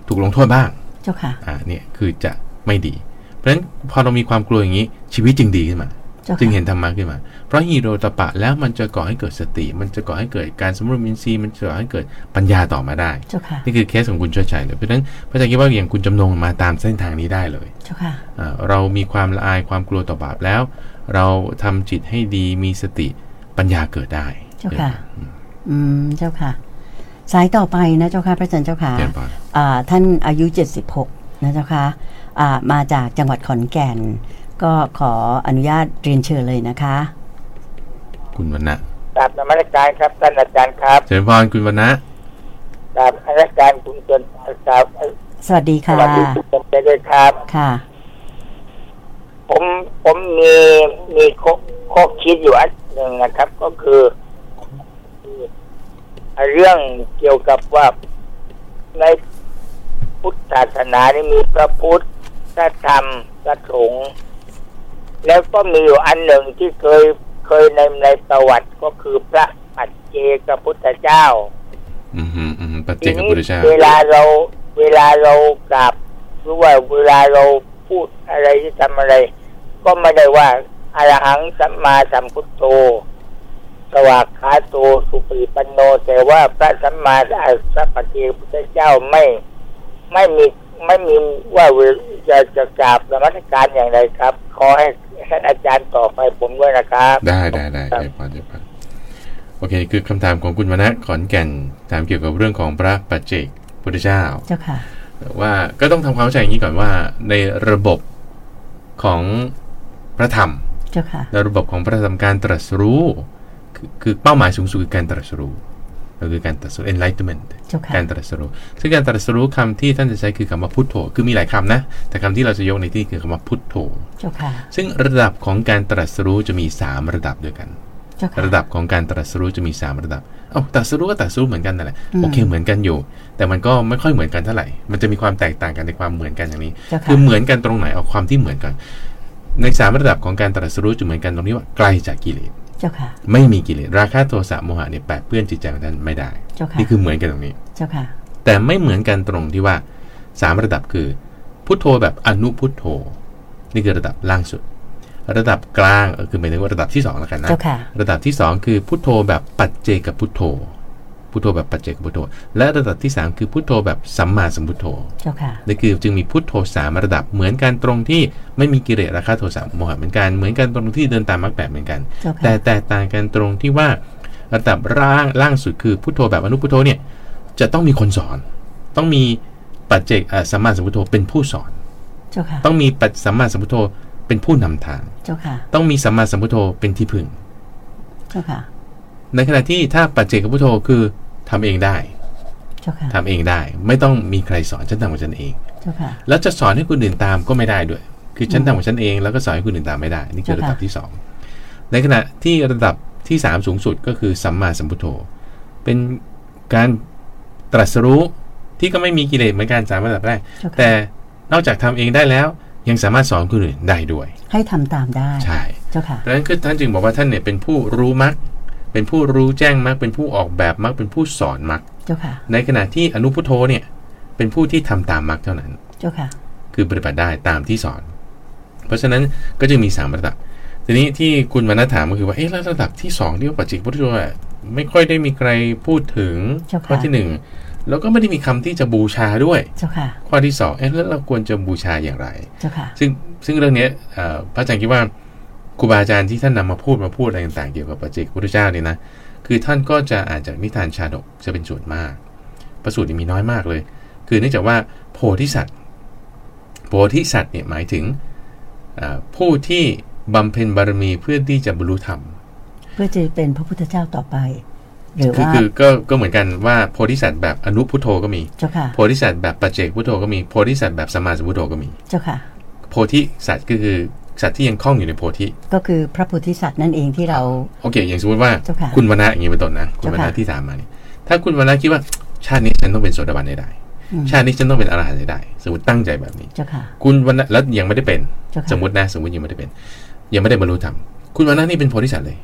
ถูกลงโทษบ้าง
เจ้าค่ะ
อ่าเนี่ยคือจะไม่ดี เพราะฉะนั้นพอเรามีความกลัวอย่างนี้ชีวิตจึงดีขึ้นมา
เจ้า
จึง
ค่ะ
เห็นธรรมะขึ้นมา เพราะฮีโรตปะแล้วมันจะก่อให้เกิดสติ มันจะก่อให้เกิดการสำรวมอินทรีย์มันจะก่อให้เกิดปัญญาต่อมาได้
เจ้าค่ะ
นี่คือเคสของคุณเชิดชัยเลยเพราะฉะนั้นพระอาจารย์คิดว่าอย่างคุณจำนงมาตามเส้นทางนี้ได้เลย
เจ้าค่ะ
อ่าเรามีความละอายความกลัวต่อบาปแล้ว เราทำจิตให้ดีมีสติปัญญาเกิดได้
เจ้าค่ะ อืม เจ้าค่ะ สายต่อไปนะเจ้าค่ะ พระอาจารย์เจ้าค่ะ
เจริญพร
อ่าท่านอายุ 76 นะเจ้าค่ะอ่ามาจากจังหวัดขอนแก่น ก็ขออนุญาตเรียนเชิญเลยนะคะ
คุณวันนะ
กราบนมัสการครับท่านอาจารย์ครับ
เจริญพรคุณวันนะ
กราบนมัสการคุณเตือนใจครับ
สวัสดี
ส
ค่ะ
วัสดีคุณเตือนใจด้วยครับ
ค่ะ
ผมผมมีมีข้อข้อคิดอยู่อันหนึ่งนะครับ ก็คือคือเรื่องเกี่ยวกับว่าในพุทธศาสนานี่มีพระพุทธพระธรรมพระสงฆ์แล้วก็มีอยู่อันหนึ่งที่เคยเคยในในประวัติก็คือพระปัจเจกพุทธเจ้า
อืมฮึอืมฮึปัจเจ
ที
ก
นี้
พุทธเจ้า
เวลาเราเวลาเรากราบหรือว่าเวลาเราพูดอะไรที่ทำอะไร ก็ไม่ได้ว่าอรหังสัมมาสัมพุทโธสวากขาโตสุปฏิปันโน แต่ว่าพระสัมมาสัมพุทธพุทธเจ้าไม่ไม่มีไม่มีว่าเวลจะจะกราบนมัสการอย่างไรครับ ขอให้ท่านอาจารย์ต่อไปผมด้วยนะครับ
ได้ได้ได้เจริญพรเจริญพรโอเคคือคำถามของคุณวันนะขอนแก่นถามเกี่ยวกับเรื่องของพระปัจเจกพุทธเจ้า
เจ้าค่ะ
ว่าก็ต้องทำความเข้าใจอย่างนี้ก่อนว่า ในระบบของพระธรรม
เจ้าค่ะ
ในระบบของพระธรรมการตรัสรู้คือคือเป้าหมายสูงสุดคือการตรัสรู้ก็คือการตรัสรู้ enlightenment
เจ้าค่ะ
การตรัสรู้ซึ่งการตรัสรู้คำที่ท่านจะใช้คือคำว่าพุทโธคือมีหลายคำนะ แต่คำที่เราจะยกในที่คือคำว่าพุทโธ
เจ้าค่ะ
ซึ่งระดับของการตรัสรู้จะมี 3 ระดับด้วยกัน
เจ้าค่ะ
ระดับของการตรัสรู้จะมี 3 ระดับเอาตรัสรู้ก็ตรัสรู้เหมือนกันนั่นแหละโอเค
อืม
เหมือนกันอยู่ แต่มันก็ไม่ค่อยเหมือนกันเท่าไหร่มันจะมีความแตกต่างกันในความเหมือนกันอย่างนี้
เจ้าค่ะ
คือเหมือนกันตรงไหนเอาความที่เหมือนกัน ในสามระดับของการตรัสรู้จะเหมือนกันตรงที่ว่าไกลจากกิเลส
เจ้าค่ะ
ไม่มีกิเลสราคะโทสะโมหะเนี่ยแปดเปื้อนจิตใจของท่านไม่ได้
เจ้าค่ะ
นี่คือเหมือนกันตรงนี้
เจ้าค่ะ
แต่ไม่เหมือนกันตรงที่ว่าสามระดับคือ พุทโธแบบอนุพุทโธ นี่คือระดับล่างสุด ระดับกลางเออคือหมายถึงว่าระดับที่สองแล้วกันนะ
เจ้าค่ะ
ระดับที่ 2 คือพุทโธแบบปัจเจกพุทโธ พุทโธแบบปัจเจกพุทโธ และระดับที่ 3 คือพุทโธแบบสัมมาสัมพุทโธ
เจ้าค่ะ
นี่คือจึงมีพุทโธสามระดับเหมือนกันตรงที่ไม่มีกิเลสราคะโทสะโมหะเหมือนกันเหมือนกันตรงที่เดินตามมรรคแปดเหมือนกัน
เจ้า
แต่
ค่ะ
แตกต่างกันตรงที่ว่าระดับร่างล่างสุดคือพุทโธแบบอนุพุทโธเนี่ย จะต้องมีคนสอน ต้องมีปัจเจกอ่าสัมมาสัมพุทโธเป็นผู้สอน
เจ้าค่ะ
ต้องมีปัจสัมมาสัมพุทโธเป็นผู้นำทาง
เจ้าค่ะ
ต้องมีสัมมาสัมพุทโธเป็นที่พึ่ง
เจ้าค่ะ
ในขณะที่ถ้าปัจเจกพุทโธคือทำเองได้
เจ้าค่ะ
ทำเองได้ ไม่ต้องมีใครสอนฉันทำของฉันเอง
เจ้าค่ะ
แล้วจะสอนให้คนอื่นตามก็ไม่ได้ด้วย คือฉันทำของฉันเองแล้วก็สอนให้คนอื่นตามไม่ได้ นี่คือ
เจ้าค่ะ
ระดับที่สองในขณะที่ระดับที่สามสูงสุดก็คือสัมมาสัมพุทโธ เป็นการตรัสรู้ที่ก็ไม่มีกิเลสเหมือนกันสามระดับแรก
เจ้าค่ะ
แต่นอกจากทำเองได้แล้ว ยังสามารถสอนคนอื่นได้ด้วย
ให้ทำตามได้
ใช่
เจ้าค่ะ
ดังนั้นคือท่านจึงบอกว่าท่านเนี่ยเป็นผู้รู้มัก เป็นผู้รู้แจ้งมัก เป็นผู้ออกแบบมัก เป็นผู้สอนมัก
เจ้าค่ะ
ในขณะที่อนุพุทโธเนี่ยเป็นผู้ที่ทำตามมักเท่านั้น
เจ้าค่ะ
คือปฏิบัติได้ตามที่สอน เพราะฉะนั้นก็จึงมีสามระดับ ทีนี้ที่คุณมานัฐถามก็คือว่า เอ๊ะแล้วระดับที่สองที่ว่าปัจจิกพุทธโธอะไม่ค่อยได้มีใครพูดถึง
เจ้าค่ะ
ข้อที่หนึ่งแล้วก็ไม่ได้มีคำที่จะบูชาด้วย
เจ้าค่ะ
ข้อที่สองเอ๊ะแล้วเราควรจะบูชาอย่างไร
เจ้าค่ะ
ซึ่งซึ่งเรื่องเนี้ยเอ่อพระอาจารย์คิดว่าครูบาอาจารย์ที่ท่านนำมาพูดมาพูดอะไรต่างๆเกี่ยวกับปัจเจกพุทธเจ้าเนี่ยนะคือท่านก็จะอ่านจากนิทานชาดกจะเป็นส่วนมาก ประสูตรนี่มีน้อยมากเลย คือเนื่องจากว่าโพธิสัตว์โพธิสัตว์เนี่ยหมายถึงเอ่อผู้ที่บำเพ็ญบารมีเพื่อที่จะบรรลุธรรม
เพื่อจะเป็นพระพุทธเจ้าต่อไป หรือ
คือ
ว่า
คือก็ก็เหมือนกันว่าโพธิสัตว์แบบอนุพุทโธก็มี
เจ้าค่ะ
โพธิสัตว์แบบปัจเจกพุทโธก็มีโพธิสัตว์แบบสมมาสัมพุทโธก็มี
เจ้าค่ะ
โพธิสัตว์ก็คือสัตว์ที่ยังคล่องอยู่ในโพธิ
ก็คือพระโพธิสัตว์นั่นเองที่เรา
โอเค อย่างสมมติว่า
เจ้าค่ะ
ณวนะอย่างนี้เป็นต้นนะ คุณว
เจ้า
นะ
ค่ะ
ที่ถามมาเนี่ยถ้าคุณวนะคิดว่าชาตินี้ฉันต้องเป็นโสดาบันให้ได้
อืม
ชาตินี้ฉันต้องเป็นอรหันต์ให้ได้ สมมติตั้งใจแบบนี้
เจ้าค่ะ
คุณวนะแล้วยังไม่ได้เป็น
เจ้าค่ะ
สมมตินะสมมติยังไม่ได้เป็น ยังไม่ได้บรรลุธรรม คุณวนะนี่เป็นโพธิสัตว์เลย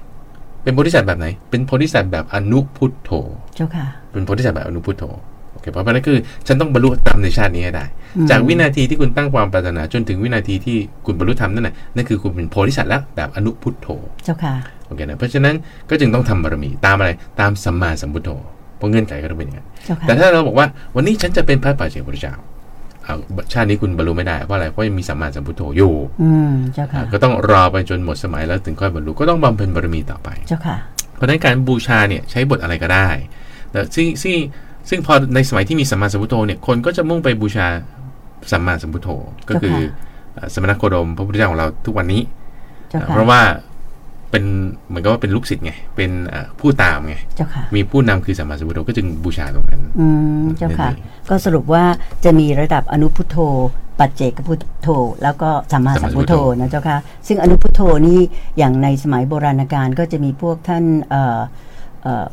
เป็นโพธิสัตว์แบบไหน เป็นโพธิสัตว์แบบอนุพุทโธ
เจ้าค่ะ
เป็นโพธิสัตว์แบบอนุพุทโธ โอเค เพราะฉะนั้นคือฉันต้องบรรลุธรรมในชาตินี้ให้ได้
อืม
จากวินาทีที่คุณตั้งความปรารถนาจนถึงวินาทีที่คุณบรรลุธรรมนั่นแหละนั่นคือคุณเป็นโพธิสัตว์แล้วแบบอนุพุทโธ
เจ้าค่ะ
โอเคนะเพราะฉะนั้นก็จึงต้องทำบารมีตามอะไรตามสัมมาสัมพุทโธเพราะเงื่อนไขก็ต้องเป็นอย่างนั้น
เจ้าค่ะ
แต่ถ้าเราบอกว่าวันนี้ฉันจะเป็นพระป่าเจ้าพุทธเจ้าเอาชาตินี้คุณบรรลุไม่ได้เพราะอะไรเพราะยังมีสัมมาสัมพุทโธอยู่
อืม เจ้าค่ะ
อ่ะก็ต้องรอไปจนหมดสมัยแล้วถึงค่อยบรรลุก็ต้องบำเพ็ญบารมีต่อไป
เจ้าค่ะ
เพราะฉะนั้นการบูชาเนี่ยใช้บทอะไรก็ได้แต่ซึ่งซึ่งซึ่งพอในสมัยที่มีสัมมาสัมพุทโธเนี่ยคนก็จะมุ่งไปบูชาสัมมาสัมพุทโธก็คือ
เจ้าค่
เอ่อสมณโคดมพระพุทธเจ้าของเราทุกวันนี้
เจ้าค่ะ
เพราะว่าเป็นเหมือนกับว่าเป็นลูกศิษย์ไง เป็นเอ่อผู้ตามไง
เจ้าค่ะ
มีผู้นำคือสัมมาสัมพุทโธก็จึงบูชาตรงนั้น
อืม เจ้าค่ะ
นั่นเอง
ก็สรุปว่าจะมีระดับอนุพุทโธ ปัจเจกพุทโธ แล้วก็สัมมาสัมพุ
สัมมาสัมพุ
ทโธ
ทโธ
นะเจ้าค่ะ ซึ่งอนุพุทโธนี่อย่างในสมัยโบราณกาลก็จะมีพวกท่านเอ่อเอ่อ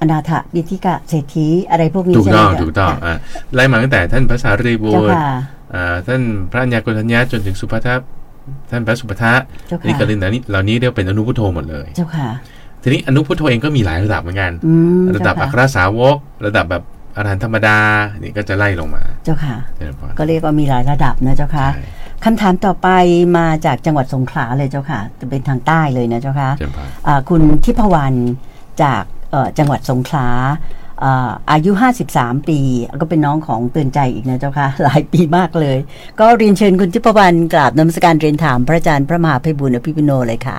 อนาถบิณฑิกะเศรษฐีอะไรพวกนี้
ถูก
ใช่ไหม
ต้อง
เจ้า
ถูกต้อง
ค่ะ
อ่ะไล่มาตั้งแต่ท่านพระสารีบุ
เจ้า
ตร
ค่ะ
อ่าท่านพระัญญาโกณทัญญาจนถึงสุภัททะท่านพระสุภัททะ
เจ้าค่ะ
นี่กรินเหล่านี้เหล่านี้เรียกเป็นอนุพุทโธหมดเลย
เจ้าค่ะ
ทีนี้อนุพุทโธเองก็มีหลายระดับเหมือนกัน
อืม
ระดับอัครสาวก ระดับแบบอรหันต์ธรรมดานี่ก็จะไล่ลงมา
เจ้าค่ะ
เจริญพร
ก็เรียกว่ามีหลายระดับนะเจ้าค่ะ
ใช่
คำถามต่อไปมาจากจังหวัดสงขลาเลยเจ้าค่ะ จะเป็นทางใต้เลยนะเจ้าค่ะ
เจริญพร
อ่าคุณทิพวรรณจากเอ่อจังหวัดสงขลาอ่าอายุ 53 ปี ก็เป็นน้องของเตือนใจอีกนะเจ้าค่ะ หลายปีมากเลย ก็เรียนเชิญคุณทิพวรรณกราบนมัสการเรียนถามพระอาจารย์พระมหาไพบุญอภิปุโนเลยค่ะ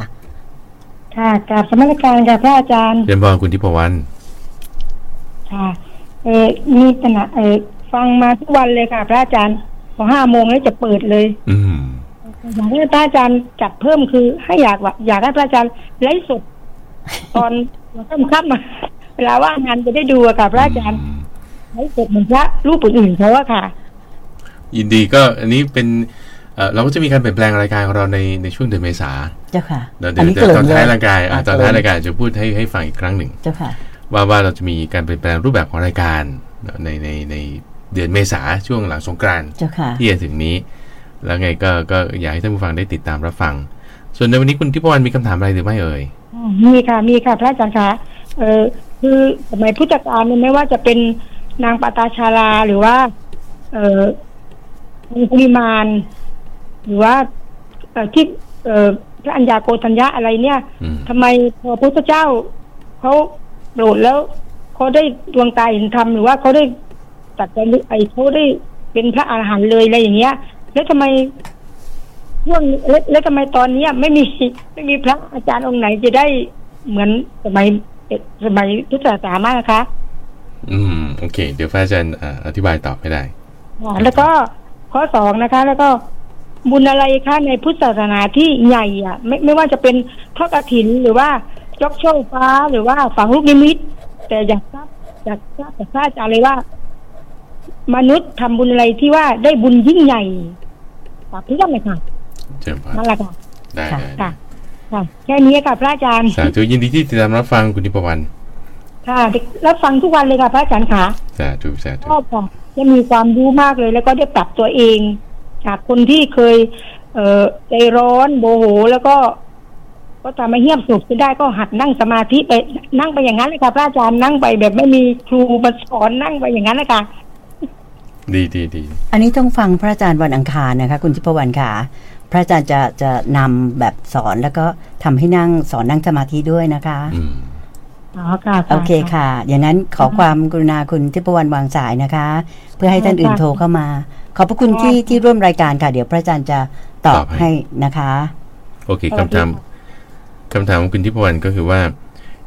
ค่ะกราบสมรการค่ะพระอาจารย์
เจริญพรคุณทิพวรรณ
ค่ะเออมีขณะเออฟังมาทุกวันเลยค่ะ พระอาจารย์ พอห้าโมงแล้วจะเปิดเลย
อืม
อยากให้พระอาจารย์จัดเพิ่มคือ ให้อยากว่าอยากให้พระอาจารย์ไลฟ์สดตอน หัวค่ำๆอะเวลาว่างงานจะได้ดูอะค่ะพระอาจารย์ไลฟ์สดเหมือนพระรูปอื่นๆเขาอะค่ะ
ยินดีก็อันนี้เป็นเอ่อเราก็จะมีการเปลี่ยนแปลงรายการของเราในในช่วงเดือนเมษา
เจ้าค่ะ
เดี๋ยวเดี๋ยวเดี๋ยวตอนท้ายรายการอ่ะตอนท้ายรายการจะพูดให้ให้ฟังอีกครั้งหนึ่ง
เจ้าค่ะ
ว่าว่าเราจะมีการเปลี่ยนแปลงรูปแบบของรายการในในในเดือนเมษาช่วงหลังสงกรานต์
เจ้าค่ะ
ที่จะถึงนี้ แล้วไงก็ก็อยากให้ท่านผู้ฟังได้ติดตามรับฟัง ส่วนในวันนี้คุณทิพวรรณมีคำถามอะไรหรือไม่เอ่ย
อ๋อมีค่ะมีค่ะพระอาจารย์คะเออคือสมัยพุทธกาลเนี่ยไม่ว่าจะเป็นนางปตาชาลาหรือว่า เออกุลิมานหรือว่าเอ่อที่เออพระอัญญาโกธัญญาอะไรเนี่ย
อืม
ทำไมพอพุทธเจ้าเขาโปรดแล้วเขาได้ดวงตาเห็นธรรมหรือว่าเขาได้ตัดใจไอ้เขาได้เป็นพระอาหารหันต์เลยอะไรอย่างเงี้ย แล้วทำไมช่วงแล้วแล้วทำไมตอนเนี้ยไม่มีไม่มี พระอาจารย์องค์ไหนจะได้เหมือนสมัยสมัยพุทธศาสนามากนะคะ
อืมโอเค เดี๋ยวพระอาจารย์อ่าอธิบายตอบให้ได้
ค่ะแล้วก็ข้อสองนะคะ แล้วก็บุญอะไรคะในพุทธศาสนาที่ใหญ่อะไม่ไม่ว่าจะเป็นทอดกฐินหรือว่ายกช่อฟ้าหรือว่าฝังลูกนิมิต แต่อยากทราบอยากทราบจากพระอาจารย์เลยว่า มนุษย์ทำบุญอะไรที่ว่าได้บุญยิ่งใหญ่ฝากเพื่อนเลยค่ะ
เชิญพระ
นั่นแหละค่ะ
ได้ได้ได้
ค่ะค่ะแค่นี้ค่ะพระอาจารย์
สาธุยินดีที่ติดตามรับฟังคุณทิพวรรณ
ค่ะเด็กรับฟังทุกวันเลยค่ะพระอาจารย์ค่ะ
สาธุสาธุ
ชอบค่ะจะมีความรู้มากเลย แล้วก็ได้ปรับตัวเอง จากคนที่เคย เอ่อใจร้อนโมโหแล้วก็ ก็ทำให้เงียบสงบขึ้นได้ก็หัดนั่งสมาธิไปนั่งไปอย่างนั้นเลยค่ะพระอาจารย์นั่งไปแบบไม่มีครูมาสอนนั่งไปอย่างนั้นนะคะ
ดีดีดี
อันนี้ต้องฟังพระอาจารย์วันอังคารนะคะ คุณทิพวรรณค่ะ พระอาจารย์จะจะนำแบบสอนแล้วก็ทำให้นั่งสอนนั่งสมาธิด้วยนะคะ
อืม
อ๋อค่ะ
โอเคค่ะ อย่างนั้นขอความกรุณาคุณทิพวรรณวางสายนะคะ เพื่อให้ท่านอื่นโทรเข้ามา ขอบพระคุณที่ที่ร่วมรายการค่ะ เดี๋ยวพระอาจารย์จะตอบให้นะคะ
โอเคคำถามคำถามของคุณทิพวรรณก็คือว่า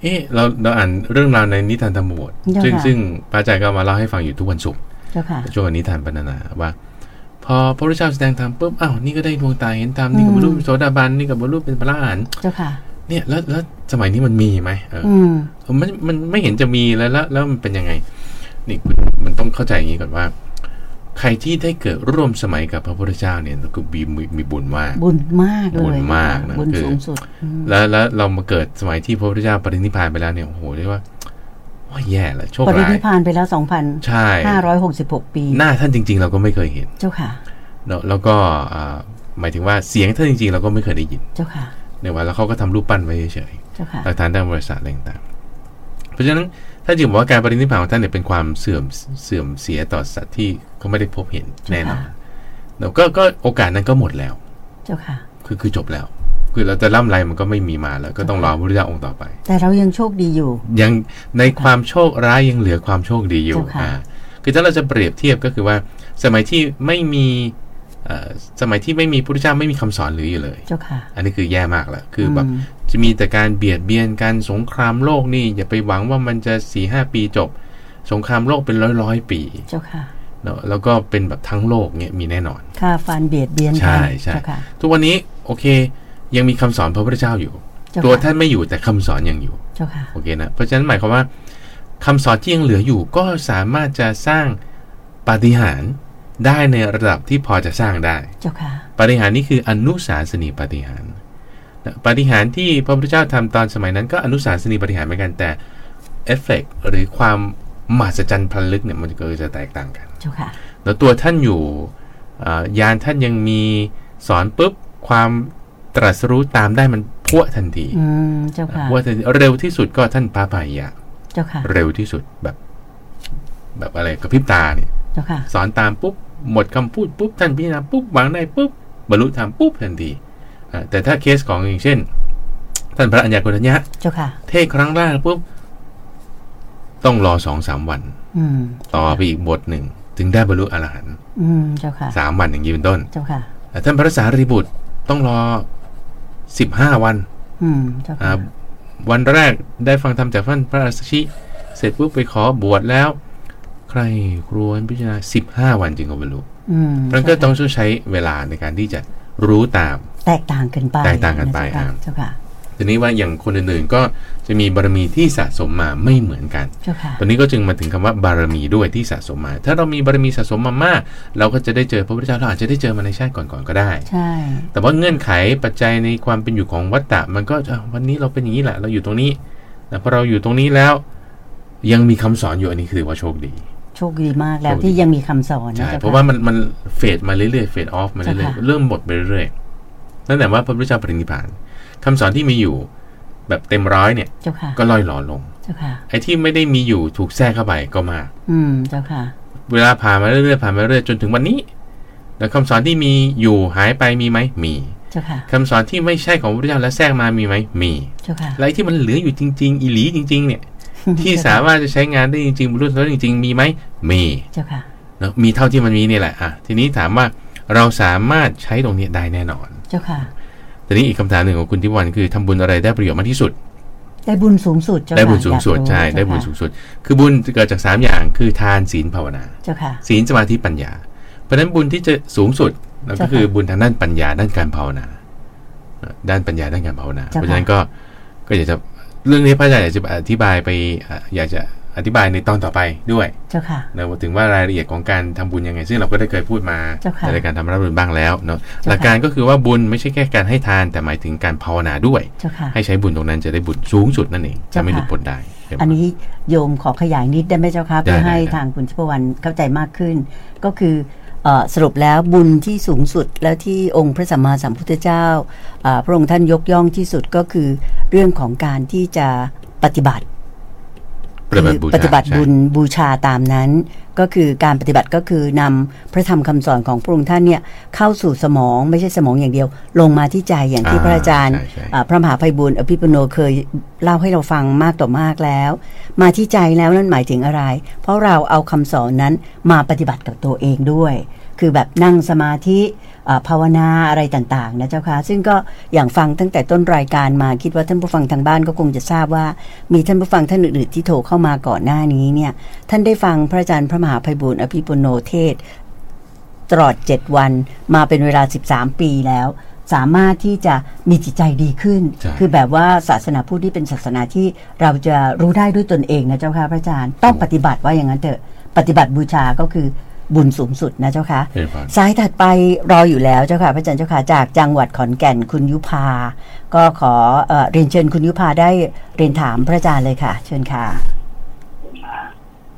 เอ๊ะเราเราอ่านเรื่องราวในนิทานธรรมบท
เจ้า
ซึ่ง
ค่ะ
ซึ่งพระอาจารย์ก็เอามาเล่าให้ฟังอยู่ทุกวันศุกร์
เจ้าค่ะ
ช่วงนิทานปรรณนาว่า พอพระพุทธเจ้าแสดงธรรมปุ๊บอ้าวนี่ก็ได้ดวงตาเห็นธรรมนี่กับบรรลุ
อืม
โสดาบันนี่กับบรรลุเป็นพระอรหันต์
เจ้าค่ะ
เนี่ยแล้วแล้วสมัยนี้มันมีไหมเออ
อืม
อมันมันไม่เห็นจะมีแล้วแล้วแล้วมันเป็นยังไงนี่คุณมันต้องเข้าใจอย่างนี้ก่อนว่า ใครที่ได้เกิดร่วมสมัยกับพระพุทธเจ้าเนี่ยก็มีมีมีบุญมาก
บุญมากเลย
บุญมากนะ
บุญ
คือ
สูงสุดอืม
แล้วแล้วเรามาเกิดสมัยที่พระพุทธเจ้าปรินิพพานไปแล้วเนี่ยโอ้โหเรียกว่าว่าแย่ละโชค
ปริ
ร้าย
นิพพานไปแล้ว
ใช่
2,566 ปี
หน้าท่านจริง ๆ เราก็ไม่เคยเห็น
เจ้าค่ะ
แล้วแล้วก็อ่าหมายถึงว่าเสียงท่านจริงๆ เราก็ไม่เคยได้ยิน
เจ้าค่ะ
เนี่ยว่าแล้วเขาก็ทำรูปปั้นไว้เฉย
เจ้าค่ะ
ๆหลักฐานทางประวัติศาสตร์อะไรต่างๆเพราะฉะนั้นถ้าจึงบอกว่าการปรินิพพานของท่านเนี่ยเป็นความเสื่อมเสื่อมเสียต่อสัตว์ที่เขาไม่ได้พบเห็นแน่นอนแล้วก็ก็โอกาสนั้นก็หมดแล้ว
เจ้าค่ะ
คือคือจบแล้ว คือเราจะล่ำไรมันก็ไม่มีมาแล้ว ก็ต้องรอพระพุทธเจ้าองค์ต่อไป
แต่เรายังโชคดีอยู่
ยังในความโชคร้ายยังเหลือความโชคดีอยู่
เจ้าค่ะ
อ่าคือถ้าเราจะเปรียบเทียบก็คือว่า สมัยที่ไม่มีเอ่อสมัยที่ไม่มีพระพุทธเจ้าไม่มีคำสอนเหรืออยู่เลย
เจ้าค่ะ
อันนี้คือแย่มากแล้วคือแบบ
อืม
จะมีแต่การเบียดเบียนกันสงครามโลกนี่อย่าไปหวังว่ามันจะสี่ห้าปีจบ สงครามโลกเป็นร้อยร้อยๆปี
เจ้าค่ะ
เนอะแล้วก็เป็นแบบทั้งโลกเนี่ยมีแน่นอน
ค่าฟันเบียดเบียนกัน
ใช่ใช่
เจ้าค่ะ
ทุกวันนี้โอเค ยังมีคำสอนพระพุทธเจ้าอยู่
เจ้า
ตัว
ค่ะ
ท่านไม่อยู่แต่คำสอนยังอยู่
เจ้าค่ะ
โอเคนะ เพราะฉะนั้นหมายความว่าคำสอนที่ยังเหลืออยู่ก็สามารถจะสร้างปาฏิหาริย์ได้ในระดับที่พอจะสร้างได้
เจ้าค่ะ
ปาฏิหาริย์นี่คืออนุสาสนีปาฏิหาริย์นะปาฏิหาริย์ที่พระพุทธเจ้าทำตอนสมัยนั้นก็อนุสาสนีปาฏิหาริย์เหมือนกันแต่เอฟเฟกหรือความมหัศจรรย์พลันลึกเนี่ยมันก็จะแตกต่างกัน
เจ้าค่ะ
แล้วตัวท่านอยู่เอ่อยานท่านยังมีสอนปุ๊บความตรัสรู้ตามได้มันพรวดทันที
อืม เจ้าค่ะ
พรวดทันทีเร็วที่สุดก็ท่านพระพายะ
เจ้าค่ะ
เร็วที่สุดแบบ แบบอะไรกระพริบตาเนี่ย
เจ้าค่ะ
สอนตามปุ๊บ หมดคำพูดปุ๊บ ท่านพิจารณาปุ๊บวางได้ปุ๊บ บรรลุธรรมปุ๊บทันทีอ่ะแต่ถ้าเคสของอย่างเช่น ท่านพระอัญญาโกณทัญญะ
เจ้าค่ะ
เทศครั้งแรกปุ๊บ ต้องรอสองสามวัน
อืม
ต่อไปอีกบทหนึ่ง ถึงได้บรรลุอรหันต์
อืม เจ้าค่ะ
สามวันอย่างนี้เป็นต้น
เจ้าค่ะ
แต่ท่านพระสารีบุตรต้องรอสิบห้าวัน
อืม เจ้า
อ่า
ค่ะ
วันแรกได้ฟังธรรมจากท่านพระอาสชิเสร็จปุ๊บไปขอบวชแล้ว ใครครวญพิจารณาสิบห้าวันจึงก็บรรลุ
อืม
มันก็ต้องช่วยใช้เวลาในการที่จะรู้ตาม
แตกต่างกันไป
แตกต่างกันไป
เจ้าค่ะ
อ่า
เจ้าค่ะ
ทีนี้ว่าอย่างคนอื่นๆก็จะมีบารมีที่สะสมมาไม่เหมือนกัน
เจ้าค่ะ
ตอนนี้ก็จึงมาถึงคำว่าบารมีด้วยที่สะสมมา ถ้าเรามีบารมีสะสมมามากเราก็จะได้เจอพระพุทธเจ้าเราอาจจะได้เจอมาในชาติก่อนๆก็ได้
ใช่
แต่ว่าเงื่อนไขปัจจัยในความเป็นอยู่ของวัฏฏะมันก็จะอ่ะวันนี้เราเป็นอย่างนี้แหละ เราอยู่ตรงนี้แต่พอเราอยู่ตรงนี้แล้ว ยังมีคำสอนอยู่อันนี้คือว่าโชคดี
โชคดีมากแล้ว
โชคดี
ที่ยังมีคำสอนน
ใช่
จ้ค่
เพราะว่ามันมันเฟดมาเรื่อยๆเฟดออฟมาเรื่อย
เจ้าค่ะ
ๆเริ่มหมดไปเรื่อยๆนั่นแหละว่าพระพุทธเจ้าปรินิพพานคำสอนที่มีอยู่แบบเต็มร้อยเนี่ย
เจ้าค่ะ
ก็ล่อยหลอลง
เจ้าค่ะ
ไอ้ที่ไม่ได้มีอยู่ถูกแทรกเข้าไปก็มาก
อืม เจ้าค่ะ
เวลาผ่านมาเรื่อยๆผ่านมาเรื่อยๆจนถึงวันนี้ แล้วคำสอนที่มีอยู่หายไปมีไหมมี
เจ้าค่ะ
คำสอนที่ไม่ใช่ของพระพุทธเจ้าและแทรกมามีไหมมี
เจ้าค่ะ
อะไรที่มันเหลืออยู่จริง ๆ อีหลีจริง ๆ เนี่ย ที่สามารถจะใช้งานได้จริงๆบรรลุแล้วจริง ๆ มีไหมมี
เจ้าค่ะ
เนอะมีเท่าที่มันมีเนี่ยแหละอ่ะทีนี้ถามว่าเราสามารถใช้ตรงเนี้ยได้แน่นอน
เจ้าค่ะ
ทีนี้อีกคำถามหนึ่งของคุณทิพวรรณคือทำบุญอะไรได้ประโยชน์มากที่สุด
ได้บุญสูงสุดเจ้าค่ะ
ได้บุญสูงสุด
อยากรู้
ใช่ได้บุญสูงสุด คือบุญจะเกิดจากสามอย่างคือทานศีลภาวนา
เจ้าค่ะ
ศีลสมาธิปัญญา เพราะฉะนั้นบุญที่จะสูงสุดนั่นก็
เจ้าค่ะ
คือบุญทางด้านปัญญาด้านการภาวนาเอ่อด้านปัญญาด้านการภาวนา
เจ้า
เพ
ค่ะ
ราะฉะนั้นก็ก็อยากจะเรื่องนี้พระอาจารย์อยากจะอธิบายไปเอ่ออยากจะอธิบายในตอนต่อไปด้วย
เจ้าค่ะ
นะว่าถึงว่ารายละเอียดของการทำบุญยังไง ซึ่งเราก็ได้เคยพูดมา
เจ้าค่ะ
ในรายการทำรับบุญบ้างแล้วเนาะ
เจ้าค่ะ
หลักการก็คือว่าบุญไม่ใช่แค่การให้ทานแต่หมายถึงการภาวนาด้วย
เจ้าค่ะ
ให้ใช้บุญตรงนั้นจะได้บุญสูงสุดนั่นเองจะ
เจ้าค่ะ
ไม่หลุดพ้นได้ใช่ไหม
อันนี้โยมขอขยายนิดได้ไหมเจ้าคะเพื่อ
ได้ได้
ให้
ได้
ทางคุณชิพวรรณเข้าใจมากขึ้น ก็คือเอ่อสรุปแล้วบุญที่สูงสุดแล้วที่องค์พระสัมมาสัมพุทธเจ้าเอ่อพระองค์ท่านยกย่องที่สุดก็คือเรื่องของการที่จะปฏิบัติ
ปฏิบัติบูชา
ปฏิบัติบุญ
ใช่
บูชาตามนั้น ก็คือการปฏิบัติก็คือนำพระธรรมคำสอนของพระองค์ท่านเนี่ยเข้าสู่สมองไม่ใช่สมองอย่างเดียว ลงมาที่ใจอย่างที่
อ่า
พระอาจารย์
ใช่ใช่
อ่าพระมหาภัยบุญอภิปุโนเคยเล่าให้เราฟังมากต่อมากแล้ว มาที่ใจแล้วนั่นหมายถึงอะไร เพราะเราเอาคำสอนนั้นมาปฏิบัติกับตัวเองด้วย คือแบบนั่งสมาธิอ่าภาวนาอะไรต่างๆนะเจ้าคะซึ่งก็อย่างฟังตั้งแต่ต้นรายการมาคิดว่าท่านผู้ฟังทางบ้านก็คงจะทราบว่า มีท่านผู้ฟังท่านอื่นๆที่โทรเข้ามาก่อนหน้านี้เนี่ยท่านได้ฟังพระอาจารย์พระมหาภัยบุญอภิปุโนเทศน์ตลอด 7 วันมาเป็นเวลา 13 ปีแล้ว สามารถที่จะมีจิตใจดีขึ้น
ใช่
คือแบบว่าศาสนาพุทธที่เป็นศาสนาที่เราจะรู้ได้ด้วยตนเองนะเจ้าค่ะพระอาจารย์ต้องปฏิบัติว่าอย่างนั้นเถอะปฏิบัติบูชาก็คือบุญสูงสุดนะเจ้าค่ะ
เป็นพร
สายถัดไปรออยู่แล้วเจ้าค่ะพระอาจารย์เจ้าค่ะจากจังหวัดขอนแก่นคุณยุพา ก็ขอเออเรียนเชิญคุณยุพาได้เรียนถามพระอาจารย์เลยค่ะ เชิญค่ะ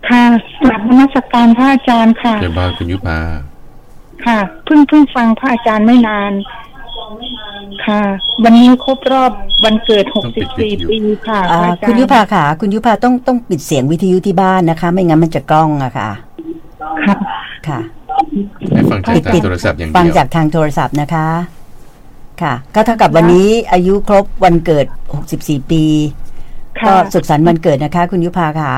ค่ะกลับนมัสการพระอาจารย์ค่ะ
เจ้าบ้านคุณยุพา
ค่ะเพิ่งเพิ่งฟังพระอาจารย์ไม่นาน ค่ะ วันนี้ครบรอบวันเกิด 64 ปีค่ะพ
อ่า
ระอาจารย์
คุณยุพาค่ะ คุณยุพาต้องต้องปิดเสียงวิทยุที่บ้านนะคะ ไม่งั้นมันจะกล้องอะค่ะ
ค่ะ
ค่ะ
ให้ฟังจาก
ปิด
ทาง
ปิด
โทรศัพท์อย่าง
ฟัง
เดียว
จากทางโทรศัพท์นะคะ ค่ะ ก็เท่ากับวันนี้อายุครบวันเกิด 64 ปี
ค่ะ
ก็สุขสันต์วันเกิดนะคะ คุณยุพาค่ะ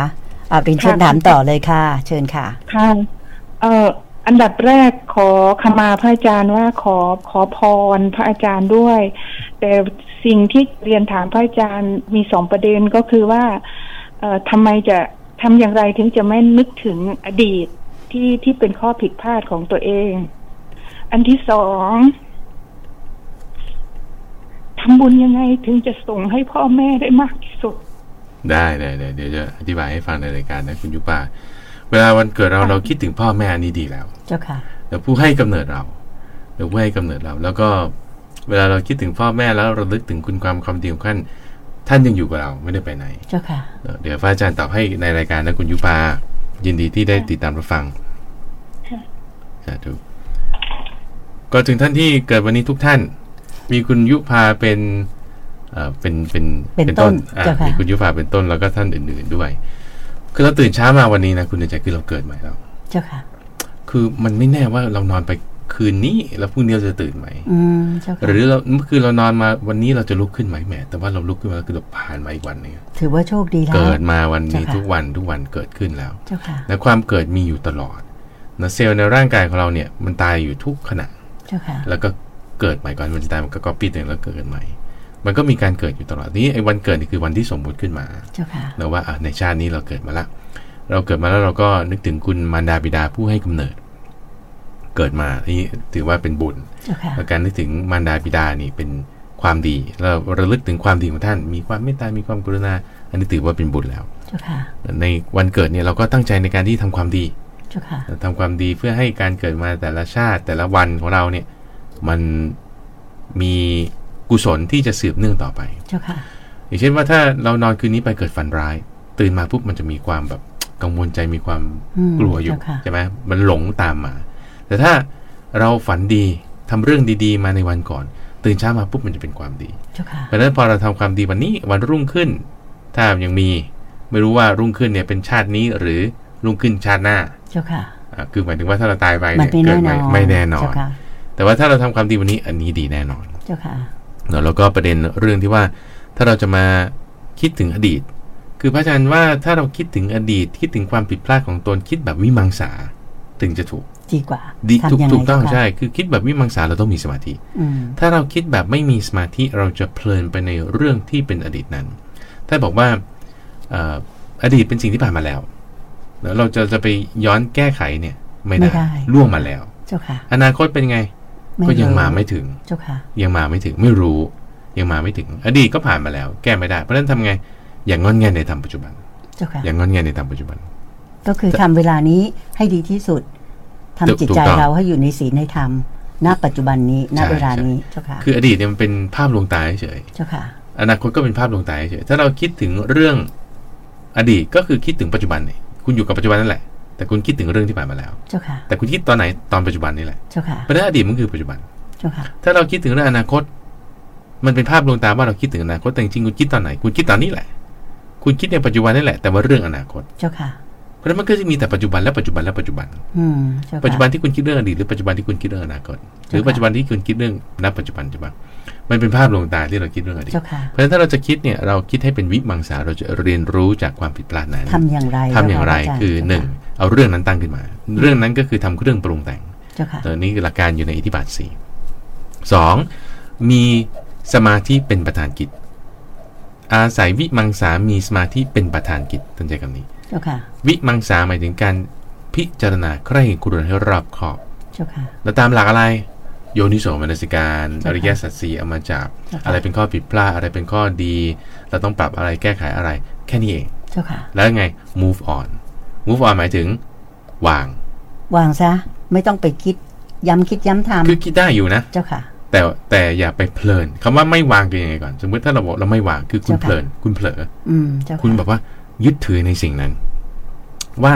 อ่าเรียนเชิญ
ค่ะ
ถามต่อเลยค่ะ เชิญค่ะ
ค่ะเอ่ออันดับแรกขอขมาพระอาจารย์ว่าขอขอพรพระอาจารย์ด้วย แต่สิ่งที่เรียนถามพระอาจารย์มีสองประเด็นก็คือว่าเอ่อทำไมจะทำอย่างไรถึงจะไม่นึกถึงอดีตที่ที่เป็นข้อผิดพลาดของตัวเอง อันที่สองทำบุญยังไงถึงจะส่งให้พ่อแม่ได้มากที่สุด
ได้ได้ได้เดี๋ยวจะอธิบายให้ฟังในรายการนะคุณยุพาเวลาวันเกิดเราเราคิดถึงพ่อแม่อันนี้ดีแล้ว
เจ้าค่ะ
หรือผู้ให้กำเนิดเราหรือผู้ให้กำเนิดเรา แล้วก็เวลาเราคิดถึงพ่อแม่แล้วเราลึกถึงคุณความความดีของท่านท่านยังอยู่กับเราไม่ได้ไปไหน
เจ้าค่ะ
เดี๋ยวพระอาจารย์ตอบให้ในรายการนะคุณยุพายินดีที่ได้ติดตามรับฟังสาธุก็ถึงท่านที่เกิดวันนี้ทุกท่าน มีคุณยุพาเป็นเอ่อเป็นเป็น
เป็นต้น
อ่ะ
เจ้าค่ะ
มีคุณยุพาเป็นต้นแล้วก็ท่านอื่น ๆด้วย คือเราตื่นเช้ามาวันนี้นะคุณเดชใจคือเราเกิดใหม่แล้ว
เจ้าค่ะ
คือมันไม่แน่ว่าเรานอนไปคืนนี้แล้วพรุ่งนี้เราจะตื่นไหม
อืมเจ้าค่ะ
หรือเราเมื่อคืนเรานอนมาวันนี้เราจะลุกขึ้นไหมแหมแต่ว่าเราลุกขึ้นมาแล้วคือเราผ่านมาอีกวันหนึงอะ
ถือว่าโชคดีแล้ว
เกิดมาวันนี้
เจ้าค่ะ
ทุกวันทุกวันเกิดขึ้นแล้ว
เจ้าค่ะ
และความเกิดมีอยู่ตลอดนะเซลล์ในร่างกายของเราเนี่ยมันตายอยู่ทุกขณะ
เจ้าค่ะ
แล้วก็เกิดใหม่ก่อนมันจะตายมันก็ก๊อปปี้ตัวเองแล้วเกิดใหม่ มันก็มีการเกิดอยู่ตลอดนี่ไอ้วันเกิดนี่คือวันที่สมมุติขึ้นมา
เจ้าค่ะ
เราว่าอ่ะในชาตินี้เราเกิดมาละเราเกิดมาแล้วเราก็นึกถึงคุณมารดาบิดาผู้ให้กำเนิด เกิดมานี่ถือว่าเป็นบุญ
เจ้าค่ะ
แล้วการนึกถึงมารดาบิดานี่เป็นความดีแล้วระลึกถึงความดีของท่าน มีความเมตตา มีความกรุณา อันนี้ถือว่าเป็นบุญแล้ว
เจ้าค่ะ
ในวันเกิดเนี่ยเราก็ตั้งใจในการที่ทำความดี
เจ้าค่ะ
ทำความดีเพื่อให้การเกิดมาแต่ละชาติแต่ละวันของเราเนี่ยมันมีกุศลที่จะสืบเนื่องต่อไป
เจ้าค่ะ
อย่างเช่นว่าถ้าเรานอนคืนนี้ไปเกิดฝันร้าย ตื่นมาปุ๊บมันจะมีความแบบกังวลใจมีความ
อืม
กลัวอยู่
เจ้าค่ะ
ใช่ไหมมันหลงตามมา แต่ถ้าเราฝันดีทำเรื่องดีๆ มาในวันก่อน ตื่นเช้ามาปุ๊บมันจะเป็นความดี
เจ้าค่ะ
เพราะฉะนั้นพอเราทำความดีวันนี้วันรุ่งขึ้น ถ้ายังมีไม่รู้ว่ารุ่งขึ้นเนี่ยเป็นชาตินี้หรือรุ่งขึ้นชาติหน้า
เจ้าค่ะ
อ่ะคือหมายถึงว่าถ้าเราตายไป
มัน
เนี่ย
เป็น
เกิด
แน่น
ไม่
อน
ไม่แน่นอ
เจ้าน ค่ะ
แต่ว่าถ้าเราทำความดีวันนี้อันนี้ดีแน่นอน
เจ้าค่ะ
เนอะแล้วก็ประเด็นเรื่องที่ว่าถ้าเราจะมาคิดถึงอดีต คือพระอาจารย์ว่าถ้าเราคิดถึงอดีต คิดถึงความผิดพลาดของตนคิดแบบวิมังสาถึงจะถูก
ดีกว่า
ดีถูก
ทำยังไง
ถูกต้อง
เจ้าค่ะ
ใช่คือคิดแบบวิมังสาเราต้องมีสมาธิ
อืม
ถ้าเราคิดแบบไม่มีสมาธิเราจะเพลินไปในเรื่องที่เป็นอดีตนั้น ทำ ท่านบอกว่าเอ่ออดีตเป็นสิ่งที่ผ่านมาแล้ว แล้วเราจะจะไปย้อนแก้ไขเนี่ย ไม่ได้
ไม่ได้
ล่วงมาแล้ว
เจ้าค่ะ
อนาคตเป็นไง
ไรู้
ก็ยังมาไม่ถึง
เจ้าค่ะ
ยังมาไม่ถึงไม่รู้ ยังมาไม่ถึง อดีตก็ผ่านมาแล้ว แก้ไม่ได้ เพราะฉะนั้นทำไง อย่างงอนแงนในทำปัจจุบัน
เจ้าค่ะ
อย่างงอนแงนในทำปัจจุบัน
ก็คือทำเวลานี้ให้ดีที่สุดทำ
ถูก
จิต
ถูก
ใจ
ต้อง
เราให้อยู่ในศีลในธรรมณปัจจุบันนี้ณ
ใช่
เวลา
ใช่
นี้เจ้าค่ะ
คืออดีตเนี่ยมันเป็นภาพลวงตาเฉย
เจ้าค่ะ
อนาคตก็เป็นภาพลวงตาเฉย ถ้าเราคิดถึงเรื่องอดีตก็คือคิดถึงปัจจุบันเนี่ยคุณอยู่กับปัจจุบันนั่นแหละ แต่คุณคิดถึงเรื่องที่ผ่านมาแล้ว
เจ้าค่ะ
แต่คุณคิดตอนไหนตอนปัจจุบันนี่แหละ
เจ้าค่ะ
เพราะฉะนั้นอดีตมันคือปัจจุบัน
เจ้าค่ะ
ถ้าเราคิดถึงเรื่องอนาคต มันเป็นภาพลวงตาว่าเราคิดถึงอนาคต แต่จริงๆคุณคิดตอนไหน คุณคิดตอนนี้แหละ คุณคิดในปัจจุบันนี่แหละ แต่ว่าเรื่องอนาคต
เจ้าค่ะ
เพราะฉะนั้นมันก็จะมีแต่ปัจจุบันและปัจจุบันและปัจจุบัน
อืม เจ้าค่ะ
ปัจจุบันที่คุณคิดเรื่องอดีตหรือปัจจุบันที่คุณคิดเรื่องอนาคต หรือ
เจ้าค่ะ
ปัจจุบันที่คุณคิดเรื่องณปัจจุบันใช่ปะมันเป็นภาพลวงตาที่เราคิดเรื่องอดีต
เจ้าค่ะ
เพราะฉะนั้นถ้าเราจะคิดเนี่ยเราคิดให้เป็นวิมังสาเราจะเรียนรู้จากความผิดพลาดนั้น
ทำอย่างไร
ทำอย่างไร
เจ้าะ
คือ
เจ้าะ
หนึ่งเอาเรื่องนั้นตั้งขึ้นมา เรื่องนั้นก็คือทำเครื่องปรุงแต่ง
เจ้าค่ะ
ตัวนี้คือหลักการอยู่ในอิทธิบาทสี่สองมีสมาธิเป็นประธานกิจ อาศัยวิมังสามีสมาธิเป็นประธานกิจท่านใจคำนี้
เจ้าค่ะ
วิมังสาหมายถึงการพิจารณาใคร่ครวญให้รอบคอบ
เจ้าค่ะ
แล้วตามหลักอะไรโยนิโสมนสิการอริยสัจสี่เอามาจับ
ค่ะ
อะไรเป็นข้อผิดพลาดอะไรเป็นข้อดี เราต้องปรับอะไรแก้ไขอะไร แค่นี้เอง
เจ้าค่ะ
แล้วยังไง move on move on หมายถึง วาง
วางซะ ไม่ต้องไปคิด ย้ำคิดย้ำท
คือคิดได้อยู่นะ
ำเจ้าค่ะ
แต่แต่อย่าไปเพลินคำว่าไม่วางคือยังไงก่อน สมมติถ้าเราบอกเราไม่วางคือคุณ
เจ้าค่ะ
เพลิน คุณเผลอ
อืม เจ้าะ
คุณแบบว่ายึดถือในสิ่งนั้น ว่า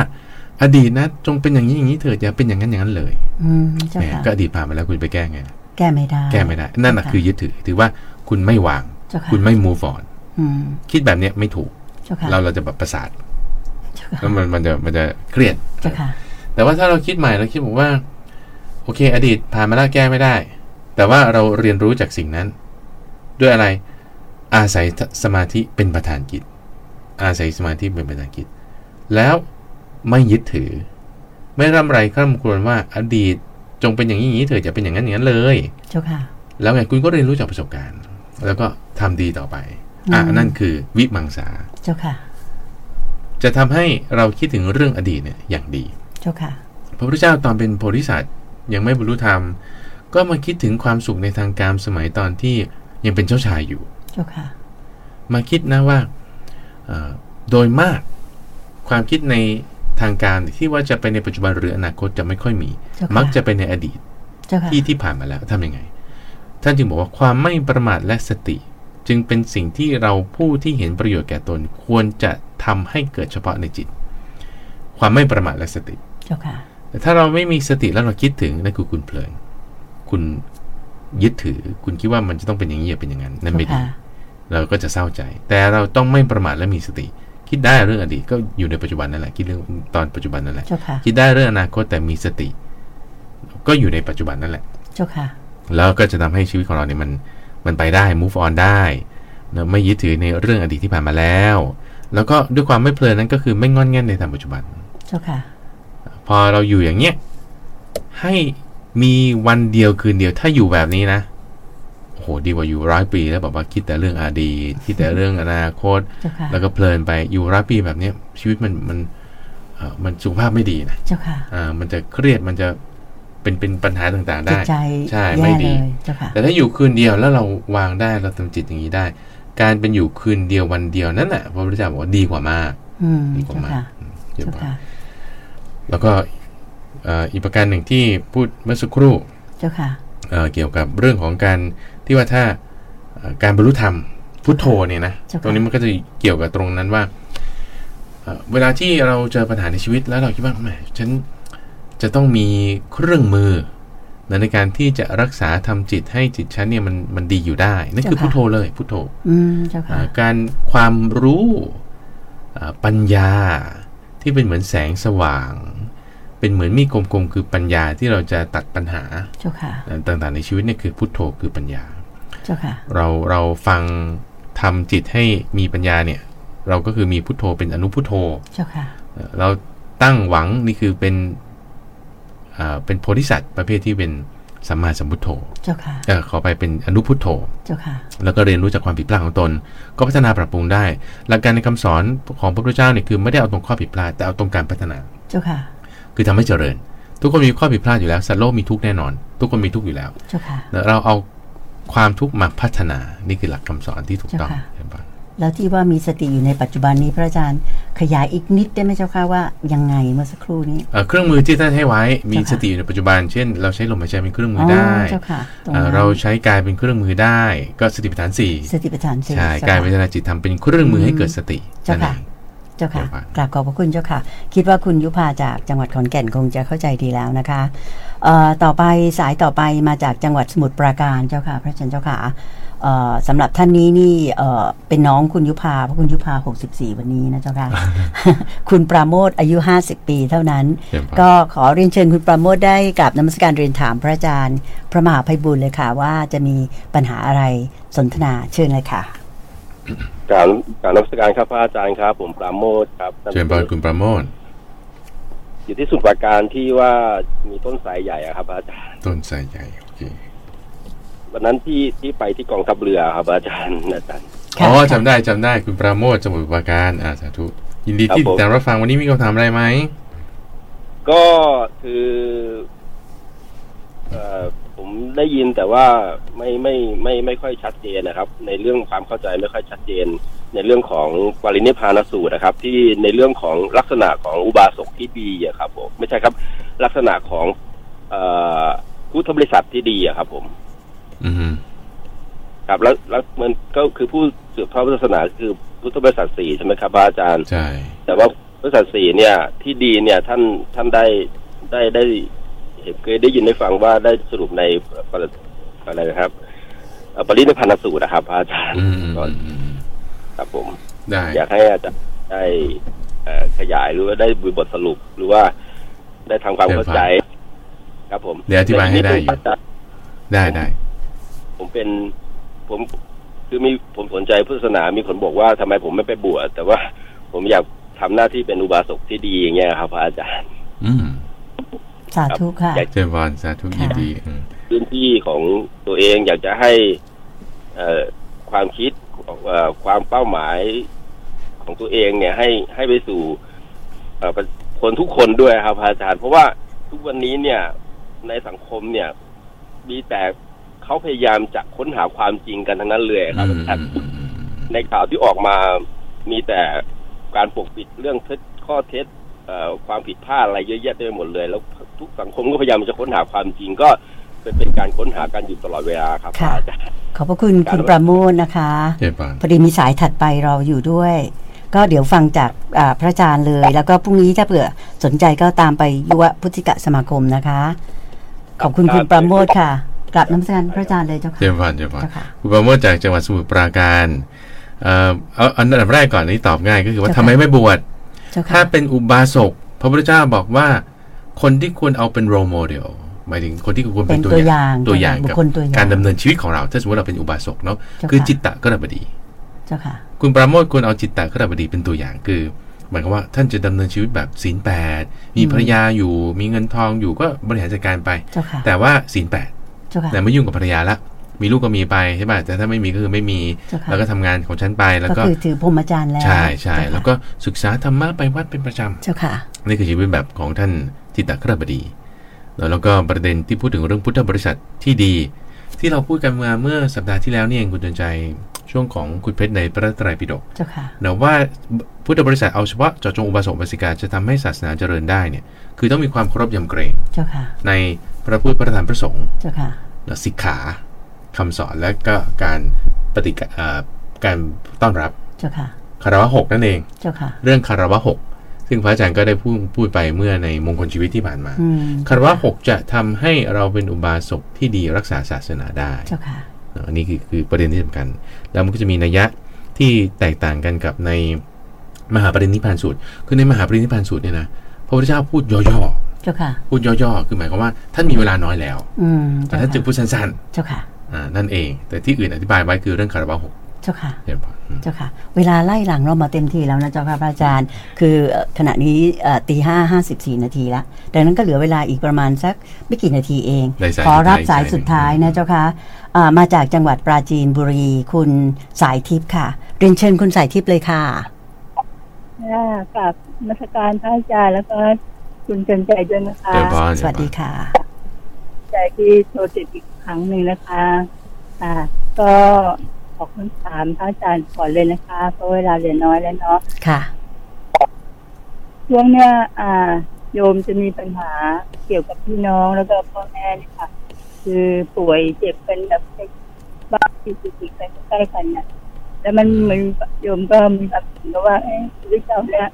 อดีตนะ จงเป็นอย่างนี้อย่างนี้เถิดอย่าเป็นอย่างนั้นอย่างนั้นเลย
อืม เจ้า
แหม
ค่ะ
ก็อดีตผ่านมาแล้วคุณไปแก้ไง
แก้ไม่ได้
แก้ไม่ได้ นั่นแหะ
ค่ะ
คือยึดถือ ถือว่าคุณไม่วาง
เจ้าค่ะ
คุณไม่ move on
อืม
คิดแบบเนี้ยไม่ถูก
เจ้าค่ะ
เราเราจะแบบประสาท
เจ้าค่ะ
แล้วมันมันจะมันจะเครียด
เจ้าค่ะ
แต่ว่าถ้าเราคิดใหม่เราคิดบอกว่า โอเค อดีตผ่านมาแล้วแก้ไม่ได้ แต่ว่าเราเรียนรู้จากสิ่งนั้น ด้วยอะไร อาศัยสมาธิเป็นประธานกิจ อาศัยสมาธิเป็นประธานกิจ แล้วไม่ยึดถือ ไม่ร่ำไรคร่ำครวญว่าอดีตจงเป็นอย่างนี้อย่างนี้เถิดอย่าเป็นอย่างนั้นอย่างนั้นเลย
เจ้าค่ะ
แล้วไงคุณก็เรียนรู้จากประสบการณ์ แล้วก็ทำดีต่อไป อ่ะ
อืม
นั่นคือวิมังสา
เจ้าค่ะ
จะทำให้เราคิดถึงเรื่องอดีตเนี่ยอย่างดี
เจ้าค่ะ
พระพุทธเจ้าตอนเป็นโพธิสัตว์ยังไม่บรรลุธรรม ก็มาคิดถึงความสุขในทางการสมัยตอนที่ยังเป็นเจ้าชายอยู่
เจ้าค่ะ
มาคิดนะว่าเอ่อโดยมากความคิดในทางการที่ว่าจะไปในปัจจุบันหรืออนาคตจะไม่ค่อยมี
เจ้าค่ะ
มักจะไปในอดีต
เจ้าค่ะ
ที่ที่ผ่านมาแล้วทำยังไง ท่านจึงบอกว่าความไม่ประมาทและสติ จึงเป็นสิ่งที่เราผู้ที่เห็นประโยชน์แก่ตน ควรจะทำให้เกิดเฉพาะในจิต ความไม่ประมาทและสติ
เจ้าค่ะ
แต่ถ้าเราไม่มีสติแล้วเราคิดถึงนั่นคือคุณเพลิน คุณยึดถือ คุณคิดว่ามันจะต้องเป็นอย่างนี้อย่าเป็นอย่างนั้นนั่นไม่ดี
เจ้าค่ะ
เราก็จะเศร้าใจ แต่เราต้องไม่ประมาทและมีสติ คิดได้เรื่องอดีตก็อยู่ในปัจจุบันนั่นแหละคิดเรื่องตอนปัจจุบันนั่นแหละ
เจ้าค่ะ
คิดได้เรื่องอนาคตแต่มีสติ ก็อยู่ในปัจจุบันนั่นแหละ
เจ้าค่ะ
แล้วก็จะทำให้ชีวิตของเราเนี่ยมันมันไปได้ move on ได้นะไม่ยึดถือในเรื่องอดีตที่ผ่านมาแล้ว แล้วก็ด้วยความไม่เพลินนั้นก็คือไม่งอนแง่นในทางปัจจุบัน
เจ้าค่ะ
พอเราอยู่อย่างเนี้ยให้มีวันเดียวคืนเดียวถ้าอยู่แบบนี้นะโอ้โหดีกว่าอยู่ร้อยปีแล้วแบบว่าคิดแต่เรื่องอดีตคิดแต่เรื่องอนาคต
เจ้าค่ะ
แล้วก็เพลินไปอยู่ร้อยปีแบบเนี้ยชีวิตมันมันเอ่อมันสุขภาพไม่ดีนะ
เจ้าค่ะ
อ่ามันจะเครียดมันจะเป็นเป็นปัญหาต่างๆ
จิ
ได้
ตใจ
ใช่
แย่
ไม่
เล
ดี
ย เจ้าค่ะ
แต่ถ้าอยู่คืนเดียวแล้วเราวางได้เราทำจิตอย่างนี้ได้ การเป็นอยู่คืนเดียววันเดียวนั่นแหละพระพุทธเจ้าบอกว่าดีกว่ามาก
อืม
ดีกว่าาก
เจ้ามค่ะ
อืมเย
เจ้าม
อะาก
ค่ะ
แล้วก็เอ่ออีกประการหนึ่งที่พูดเมื่อสักครู่
เจ้าค่ะ
เอ่อเกี่ยวกับเรื่องของการที่ว่าถ้าเอ่อการบรรลุธรรมพุทโธเนี่ยนะ
เจ้า
ต
ค่ะ
รงนี้มันก็จะเกี่ยวกับตรงนั้นว่าเอ่อเวลาที่เราเจอปัญหาในชีวิตแล้วเราคิดว่าแหมฉันจะต้องมีเครื่องมือนะในการที่จะรักษาทำจิตให้จิตฉันเนี่ยมันมันดีอยู่ได้นั่นคือพุทโธเลยพุทโธ
อืม เจ้าค่ะ
อ่าการความรู้อ่าปัญญาที่เป็นเหมือนแสงสว่าง เป็นเหมือนมีดกลมๆคือปัญญาที่เราจะตัดปัญหา
เจ้าค่ะ
ต่างๆในชีวิตเนี่ยคือพุทโธคือปัญญา
เจ้าค่ะ
เราเราฟังทำจิตให้มีปัญญาเนี่ยเราก็คือมีพุทโธเป็นอนุพุทโธ
เจ้าค่ะ
เอ่อเราตั้งหวังนี่คือเป็นอ่าเป็นโพธิสัตว์ประเภทที่เป็น สัมมาสัมพุทโธ
เจ้าค่ะ
เออขอไปเป็นอนุพุทโธ
เจ้าค่ะ
แล้วก็เรียนรู้จากความผิดพลาดของตน ก็พัฒนาปรับปรุงได้ หลักการในคำสอนของพระพุทธเจ้าเนี่ยคือไม่ได้เอาตรงข้อผิดพลาดแต่เอาตรงการพัฒนา
เจ้าค่ะ
คือทำให้เจริญ ทุกคนมีข้อผิดพลาดอยู่แล้วสัตว์โลกมีทุกข์แน่นอน ทุกคนมีทุกข์อยู่แล้ว
เจ้าค่ะ
เราเอาความทุกข์มาพัฒนานี่คือหลักคำสอนที่ถูกต้อง
เจ้าค่ะ
เห็นปะ
แล้วที่ว่ามีสติอยู่ในปัจจุบันนี้พระอาจารย์ขยายอีกนิดได้ไหมเจ้าค่ะว่ายังไงเมื่อสักครู่นี้
เอ่อเครื่องมือที่ท่านให้ไว้มี
เจ้าค่ะ
สติอยู่ในปัจจุบัน เช่น เราใช้ลมหายใจเป็นเครื่องมืออได้
เจ้าค่ะตง
เอ่
นั้
อนเราใช้กายเป็นเครื่องมือได้ ก็สติปัฏฐานสี่
สติปัฏฐานสี่
ใช่
เจ้ค่ะ
กายเวทนาจิตทำเป็นเครื่องมือให้เกิดสติ
เจ้าค่ะ
นั่นเอง
เจ้าค่ะ
เดี๋ยวก่อน
กราบขอบพระคุณเจ้าค่ะ คิดว่าคุณยุพาจากจังหวัดขอนแก่นคงจะเข้าใจดีแล้วนะคะเอ่อต่อไปสายต่อไปมาจากจังหวัดสมุทรปราการเจ้าค่ะ พระอาจารย์เจ้าค่ะเอ่อสำหรับท่านนี้นี่เอ่อเป็นน้องคุณยุพาเพราะคุณยุพา 64 วันนี้นะเจ้าค่ะ คุณปราโมทอายุ 50 ปีเท่านั้น
เห็นปะ
ก็ขอเรียนเชิญคุณประโมทได้กับนมัสการเรียนถามพระอาจารย์ พระมหาภัยบุญเลยค่ะ ว่าจะมีปัญหาอะไรสนทนาเชิญเลยค่ะ
กรารการนักสการครับพระอาจารย์ครับ ผมปราโมทครับ
เชิญบอลคุณประโมท
อยู่ที่สุดประการที่ว่ามีต้นสายใหญ่อะครับพระอาจารย์
ต้นสายใหญ่โอเค
วันนั้นที่ที่ไปที่กองทัพเรือครับพระอาจารย์อาจารย์
ค่ะ
อ๋อ
ค่ะ
จำได้จำได้คุณประโมทสมุทรปราการอาสาธุยินดีที่
ครับผม
ติดตามรับฟังวันนี้มีคำถามอะไรไหม
ก็คือเอ่อผมได้ยินแต่ว่าไม่ไม่ไม่ไม่ค่อยชัดเจนนะครับ ในเรื่องความเข้าใจไม่ค่อยชัดเจน ในเรื่องของปรินิพพานสูตรนะครับ ที่ในเรื่องของลักษณะของอุบาสกที่ดีอะครับผมไม่ใช่ครับ ลักษณะของ เอ่อพุทธบริษัทที่ดีอะครับผม
อืม
ครับแล้วแล้วมันก็คือผู้สืบทอดพุทธศาสนาคือพุทธบริษัทสี่ใช่ไหมครับพระอาจารย์
ใช่
แต่ว่าบริษัทสี่เนี่ยที่ดีเนี่ยท่านท่านได้ได้ได้เห็นเคยได้ยินได้ฟังว่าได้สรุปในปริอะไรนะครับเอ่อปรินิพพานสูตรนะครับพระอาจารย์
อืมอืม
ก็
อืมอืม
ครับผม
ได้
อยากให้อาจารย์ได้เอ่อขยายหรือว่าได้บทสรุปหรือว่าได้ทำความเข้าใจ ครับผม
เดี๋ยวอธิบายให้ได้อยู่
อาจารย์
ได้ได้
ผมเป็นผมคือมีผมสนใจพุทธศาสนา มีคนบอกว่าทำไมผมไม่ไปบวชแต่ว่าผมอยากทำหน้าที่เป็นอุบาสกที่ดีอย่างเงี้ยครับพระอาจารย์
อืม
สาธุค่ะ
อยาก
เจมบอลสาธุยินดีอืม
พื้นที่ของตัวเองอยากจะให้เอ่อความคิดเอ่อความเป้าหมายของตัวเองเนี่ยให้ให้ไปสู่เอ่อประคนทุกคนด้วยครับพระอาจารย์ เพราะว่าทุกวันนี้เนี่ยในสังคมเนี่ย มีแต่เขาพยายามจะค้นหาความจริงกันทั้งนั้นเลยครับอาจารย์
อืมอืมอืม
ในข่าวที่ออกมามีแต่การปกปิดเรื่องเท็จข้อเท็จเอ่อความผิดพลาดอะไรเยอะแยะเต็มไปหมดเลย แล้วทุกสังคมก็พยายามจะค้นหาความจริงก็เป็นเป็นการค้นหาการอยู่ตลอดเวลาครับ
ค่ะ
อาจารย์
ขอบพระคุณคุณประโมทนะคะ
เจมบอล
พอดีมีสายถัดไปเราอยู่ด้วย ก็เดี๋ยวฟังจากอ่าพระอาจารย์เลย แล้วก็พรุ่งนี้ถ้าเผื่อสนใจก็ตามไปยุวพุทธิกะสมาคมนะคะ ขอบคุณ
ครับ
คุณประโมทค่ะกลับน้ำสการพระอาจารย์เลยเจ้าค่ะ
เจมบอลเจมบอล
เจ้าค่ะ
คุณประโมทจากจังหวัดสมุทรปราการเอ่อเอาอันดับแรกก่อนนี่ตอบง่ายก็คือว่า
เจ้า
ทำ
ค่ะ
ไมไม่บวช
เจ้า
ถ้า
ค่ะ
เป็นอุบาสกพระพุทธเจ้าบอกว่า คนที่ควรเอาเป็น role model หมายถึงคนที่ควรเป็น
เป็น
ตั
ตัวว
อย่าง
อย่าง
ตัวอย่าง
บุ
กั
ค
บ
คลตัวอย่าง
การดำเนินชีวิตของเรา ถ้าสมมติเราเป็นอุบาสกเนาะ
เจ้าค่ะ
คือจิตตะก็ระบดี
เจ้าค่ะ
คุณปราโมทควรเอาจิตตะขรบดีเป็นตัวอย่างคือหมายความว่าท่านจะดำเนินชีวิตแบบศีลแปดมี
อืม
ภรรยาอยู่ มีเงินทองอยู่ก็บริหารจัดการไป
เจ้าค่ะ
แต่ว่าศีลแปด
เจ้าค่ะ
แต่ไม่ยุ่งกับภรรยาละมีลูกก็มีไปใช่ป่ะแต่ถ้าไม่มีก็คือไม่มี
เจ้าค่ะ
แล้วก็ทำงานของฉันไปแล้ว
ก็
ก็
คือถือพรหมจารย์แล้ว
ใช่ใช่
เจ้าค่ะ
แล้วก็ศึกษาธรรมะไปวัดเป็นประจำ
เจ้าค่ะ
นี่คือชีวิตแบบของท่านจิตตครบดี แล้วแล้วก็ประเด็นที่พูดถึงเรื่องพุทธบริษัทที่ดี ที่เราพูดกันมาเมื่อสัปดาห์ที่แล้วนี่เองคุณเตือนใจช่วงของคุณเพชรในพระไตรปิฎก
เจ้าค่ะ
แต่ว่าพุทธบริษัทเอาเฉพาะเจาะจงอุบาสกอุบาสิกาจะทำให้ศาสนาเจริญได้เนี่ยคือต้องมีความเคารพยำเกรง
เจ้าค่ะ
ในพระพุทธพระธรรมพระสงฆ์
เจ้าค่ะ
และสิกขาคำสอนและก็การปฏิกะอ่าการต้อนรับ
เจ้าค่ะ
คารวะหกนั่นเอง
เจ้าค่ะ
เรื่องคารวะหกซึ่งพระอาจารย์ก็ได้พูดพูดไปเมื่อในมงคลชีวิตที่ผ่านมา
อืม
คารวะหกจะทำให้เราเป็นอุบาสกที่ดีรักษาศาสนาได้
เจ้าค่ะ
อันนี้คือคือประเด็นที่สำคัญ แล้วมันก็จะมีนัยยะที่แตกต่างกันกับในมหาปรินิพพานสูตร คือในมหาปรินิพพานสูตรเนี่ยนะพระพุทธเจ้าพูดย่อ
เจ้าค่ะ
ๆพูดย่อๆคือหมายความว่าท่านมีเวลาน้อยแล้ว
อืม
แต่ท่านจึงพูดสั้น
เจ้าค่ะ
ๆอ่านั่นเอง แต่ที่อื่นอธิบายไว้คือเรื่องคารวะหก
เ เจ้าค่ะ
เจริญพรอืม
เจ้าค่ะ เวลาไล่หลังเรามาเต็มทีแล้วนะเจ้าค่ะพระอาจารย์ คือเอ่อขณะนี้ตีห้าห้าสิบสี่อ04นาทีละดังนั้นก็เหลือเวลาอีกประมาณสักไม่กี่นาทีเอง
ได้สาย
ขอรับ
สุดท้าย
สาย
อีกสายหนึ่ง
สุดท้ายนะเจ้าค่ะอ่ามาจากจังหวัดปราจีนบุรี คุณสายทิพย์ค่ะ เรียนเชิญคุณสายทิพย์เลยค่ะ
ค่ะกราบนมัสการพระอาจารย์แล้วก็คุณเจนใจด้วยนะคะ
เจริญพร
สวัสดีค่ะ
ใจที่โทรติดอีกครั้งหนึ่งนะคะอ่าก็ขอบคุณถามพระอาจารย์ก่อนเลยนะคะ เพราะเวลาเหลือน้อยแล้วเนาะ
ค่ะ
ช่วงเนี้ยอ่า โยมจะมีปัญหาเกี่ยวกับพี่น้องแล้วก็พ่อแม่เนี่ยค่ะ คือป่วยเจ็บเป็นแบบบ้าติดติดๆกันใกล้ๆกันน่ะแต่มันเหมือนโยมก็มีแบบเหมือนกับว่าเอ๊ะชีวิตเราเนี่ย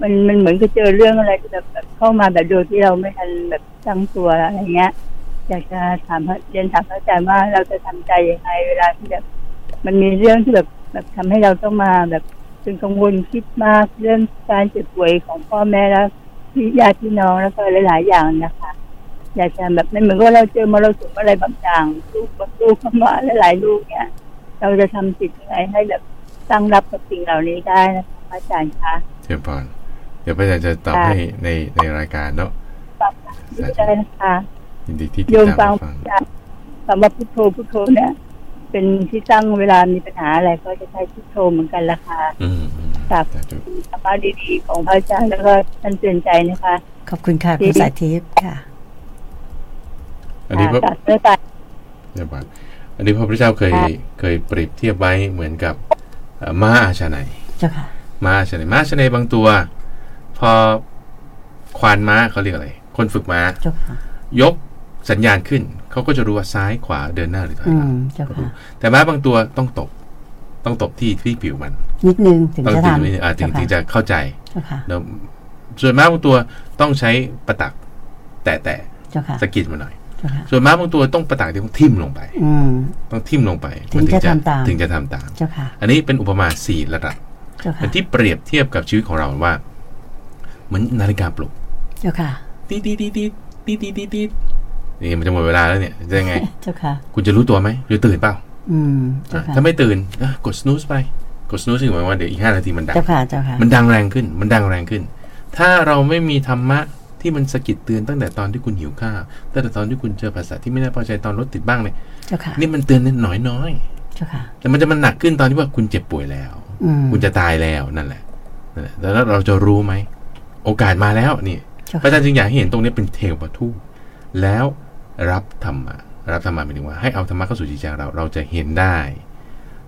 มันมันเหมือนกับเจอเรื่องอะไรที่แบบแบบเข้ามาแบบโดยที่เราไม่ทันแบบตั้งตัวอะไรเงี้ยอยากจะถามพระเรียนถามพระอาจารย์ว่าเราจะทำใจยังไงเวลาที่แบบ มันมีเรื่องที่แบบแบบทำให้เราต้องมาแบบ เป็นกังวลคิดมากเรื่องการเจ็บป่วยของพ่อแม่และพี่ญาติพี่น้องแล้วก็หลาย ๆ อย่างนะคะอยากจะแบบมันเหมือนกับว่าเราเจอมรสุมอะไรบางอย่างลูกบางลูกเข้ามาหลายๆลูกเนี่ย เราจะทำจิตยังไงให้แบบตั้งรับกับสิ่งเหล่านี้ได้นะคะพระอาจารย์คะ
เจริญพรเดี๋ยวพระอาจารย์จะตอบให้ในในรายการเนาะ
รู้ได้นะคะ
ยินดีที่ติด
โยมฟั
ตาง ม
พระ
ฟัง
อาจารย์คำว่าพุทโธพุทโธเนี่ย เป็นที่ตั้งเวลามีปัญหาอะไรก็จะใช้พุทโธเหมือนกันละค่ะ
อืมอืม
ครับ
สาธุ
ธรรมะดีๆของพระอาจารย์แล้วก็ท่านเตือนใจนะคะ
ขอบคุณค่ะคุณสายทิพย์ค่ะ
อันนี้พระ
ตัดเนื้อตาย
เจริญพรอันนี้พระพุทธเจ้าเคยเคยเปรียบเทียบไว้เหมือนกับเอ่อม้าอาชนัย
เจ้าค่ะ
ม้าชนยม้าชนยบางตัว พอควานม้าเขาเรียกอะไร คนฝึกม้า
เจ้าค่ะ
ยกสัญญาณขึ้น เขาก็จะรู้ว่าซ้ายขวาเดินหน้าหรือถอย
อื
หลัง
ม เจ้าค่ะ
แต่ม้าบางตัวต้องตบ ต้องตบที่ที่ผิวมัน
นิดนึงถึง
ต้อง
จะ
ถึง
ทำ
ไม่อ่าถึงถึงจะ
เจ้า
เข้าใจ
ค่ะ
แล้วส่วนม้าบางตัวต้องใช้ประตัก แตะแตะ
เจ้าค่ะ
สะกิดมาหน่อย
เจ้าค่ะ
ส่วนม้าบางตัวต้องประตักที่ต้องทิ่มลงไป
อืม
ต้องทิ่มลงไป
ถึงจะทำตาม
ถึงจะทำตาม
เจ้าค่ะ
อันนี้เป็นอุปมาสี่ระดับ
เจ้า
เป็
ค่ะ
นที่เปรียบเทียบกับชีวิตของเราว่า เหมือนนาฬิกาปลุก
เจ้าค่ะ
ตีตีตีตีตีตีตีตีนี่มันจะหมดเวลาแล้วเนี่ยจะยังไง
เจ้าค่ะ
คุณจะรู้ตัวไหมหรือตื่นเปล่า
อืม เจ้า
อ่ะ
ค่ะ
ถ้าไม่ตื่นอ่ะกด snooze ไปกด snooze ซึ่งหมายความว่าเดี๋ยวอีกห้านาทีมันดัง
เจ้าค่ะ เจ้าค่ะ
มันดังแรงขึ้น มันดังแรงขึ้น ถ้าเราไม่มีธรรมะที่มันสะกิดเตือนตั้งแต่ตอนที่คุณหิวข้าวตั้งแต่ตอนที่คุณเจอภาษาที่ไม่น่าพอใจตอนรถติดบ้างเนี่ย
เจ้าค่ะ
นี่มันเตือนน้อยน้อย
เจ้าค่ะ
ๆแต่มันจะมันหนักขึ้นตอนที่ว่าคุณเจ็บป่วยแล้ว
อืม
คุณจะตายแล้วนั่นแหละนั่นแหละแล้วเราจะรู้ไหม โอกาสมาแล้วนี่
เจ้า
พระอาจา
ค่ะ
รย์จึงอยากให้เห็นตรงนี้เป็นเทวทูตแล้วรับธรรมะรับธรรมะหมายถึงว่าให้เอาธรรมะเข้าสู่จิตใจเราเราจะเห็นได้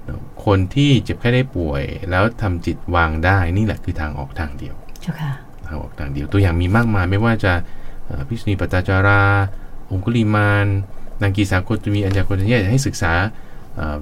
เนอะคนที่เจ็บแค่ได้ป่วย แล้วทำจิตวางได้นี่แหละคือทางออกทางเดียว
เจ้าค่ะ
ทางออกทางเดียว ตัวอย่างมีมากมายไม่ว่าจะเอ่อพิษณีปัจจาจารา องคุลิมานนางกีสาโคตมีอัญญาโคตมีอยากให้ศึกษาเอ่อ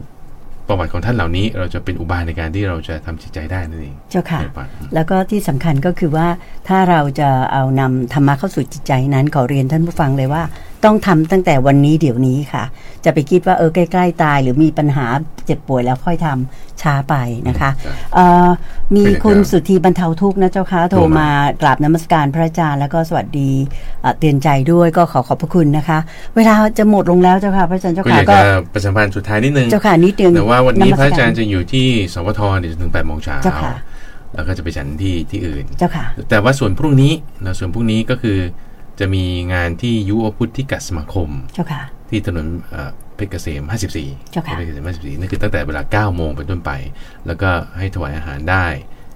ประวัติของท่านเหล่านี้ เราจะเป็นอุบายในการที่เราจะทำจิตใจได้นั่นเอง
เจ้าค่ะ
ในปัจจุบัน
แล้วก็ที่สำคัญก็คือว่าถ้าเราจะเอานำธรรมะเข้าสู่จิตใจนั้นขอเรียนท่านผู้ฟังเลยว่า ต้องทำตั้งแต่วันนี้เดี๋ยวนี้ค่ะ จะไปคิดว่าเออใกล้ๆตาย หรือมีปัญหาเจ็บป่วยแล้วค่อยทำช้าไปนะคะเอ่อมีคุณสุธีบรรเทาทุกข์นะเจ้าค่ะโท
โท
ร
ร
มาม
าก
ราบนมัสการพระอาจารย์แล้วก็สวัสดีเอ่อเตือนใจด้วยก็ขอขอบพระคุณนะคะ เวลาจะหมดลงแล้วเจ้าค่ะพระอาจารย์เจ้า
็อ
ค่ะ
ยาก
ก็
จะประชาสัมพันธ์สุดท้ายนิดนึง
เจ้าค่ะนิดเดียว
แต่ว่าวันนี้
มั
พ
ส
ระ
ก
อาจารย์จะอยู่ที่สวทเนี่ยจนถึงแปดโมงเช้า
เจ้าค่ะ
แล้วก็จะไปฉันที่ที่อื่น
เจ้าค่ะ
แต่ว่าส่วนพรุ่งนี้นะส่วนพรุ่งนี้ก็คือจะมีงานที่ยุโอพุทธิกสมาคม
เจ้าค่ะ
ที่ถนนเอ่อเพชรเกษม 54
เจ้าค่ะ
เพชรเกษม 54 นั่นคือตั้งแต่เวลา 9 โมงเป็นต้นไป แล้วก็ให้ถวายอาหารได้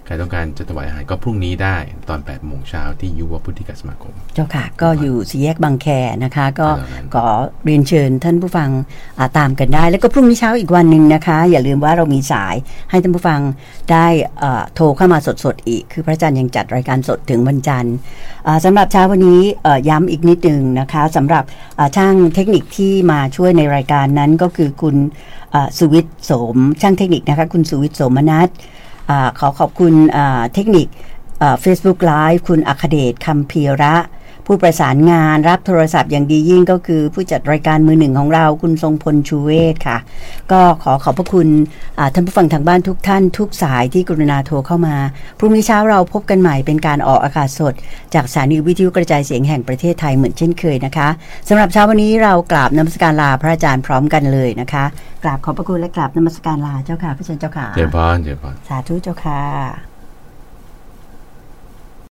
ใครต้องการจะถวายอาหารก็พรุ่งนี้ได้ตอน 8 โมงเช้าที่ยุวพุทธิกสมาคม
เจ้าค่ะก็อยู่สี่แยกบางแคนะคะ ก็
ครับ
ขอเรียนเชิญท่านผู้ฟังอ่าตามกันได้ แล้วก็พรุ่งนี้เช้าอีกวันหนึ่งนะคะ อย่าลืมว่าเรามีสายให้ท่านผู้ฟังได้เอ่อโทรเข้ามาสดๆอีก คือพระอาจารย์ยังจัดรายการสดถึงวันจันทร์อ่าสำหรับเช้าวันนี้เอ่อย้ำอีกนิดหนึ่งนะคะสำหรับอ่าช่างเทคนิคที่มาช่วยในรายการนั้นก็คือคุณอ่าสุวิทย์โสมช่างเทคนิคนะคะคุณสุวิทย์โสมนัสอ่าขอขอบคุณอ่าเทคนิคเอ่อ Facebook Live คุณอัคเดชคำเพียระ ผู้ประสานงานรับโทรศัพท์อย่างดียิ่งก็คือผู้จัดรายการมือหนึ่งของเราคุณทรงพลชูเวศค่ะ ก็ขอขอบพระคุณอ่าท่านผู้ฟังทางบ้านทุกท่านทุกสายที่กรุณาโทรเข้ามา พรุ่งนี้เช้าเราพบกันใหม่เป็นการออกอากาศสด จากสถานีวิทยุกระจายเสียงแห่งประเทศไทยเหมือนเช่นเคยนะคะสำหรับเช้าวันนี้เรากราบนมัสการลาพระอาจารย์พร้อมกันเลยนะคะ กราบขอบพระคุณและกราบนมัสการลาเจ้าค่ะพระอาจารย์เจ้าค่ะ
เจริญพรเจริญพร
สาธุเจ้าค่ะ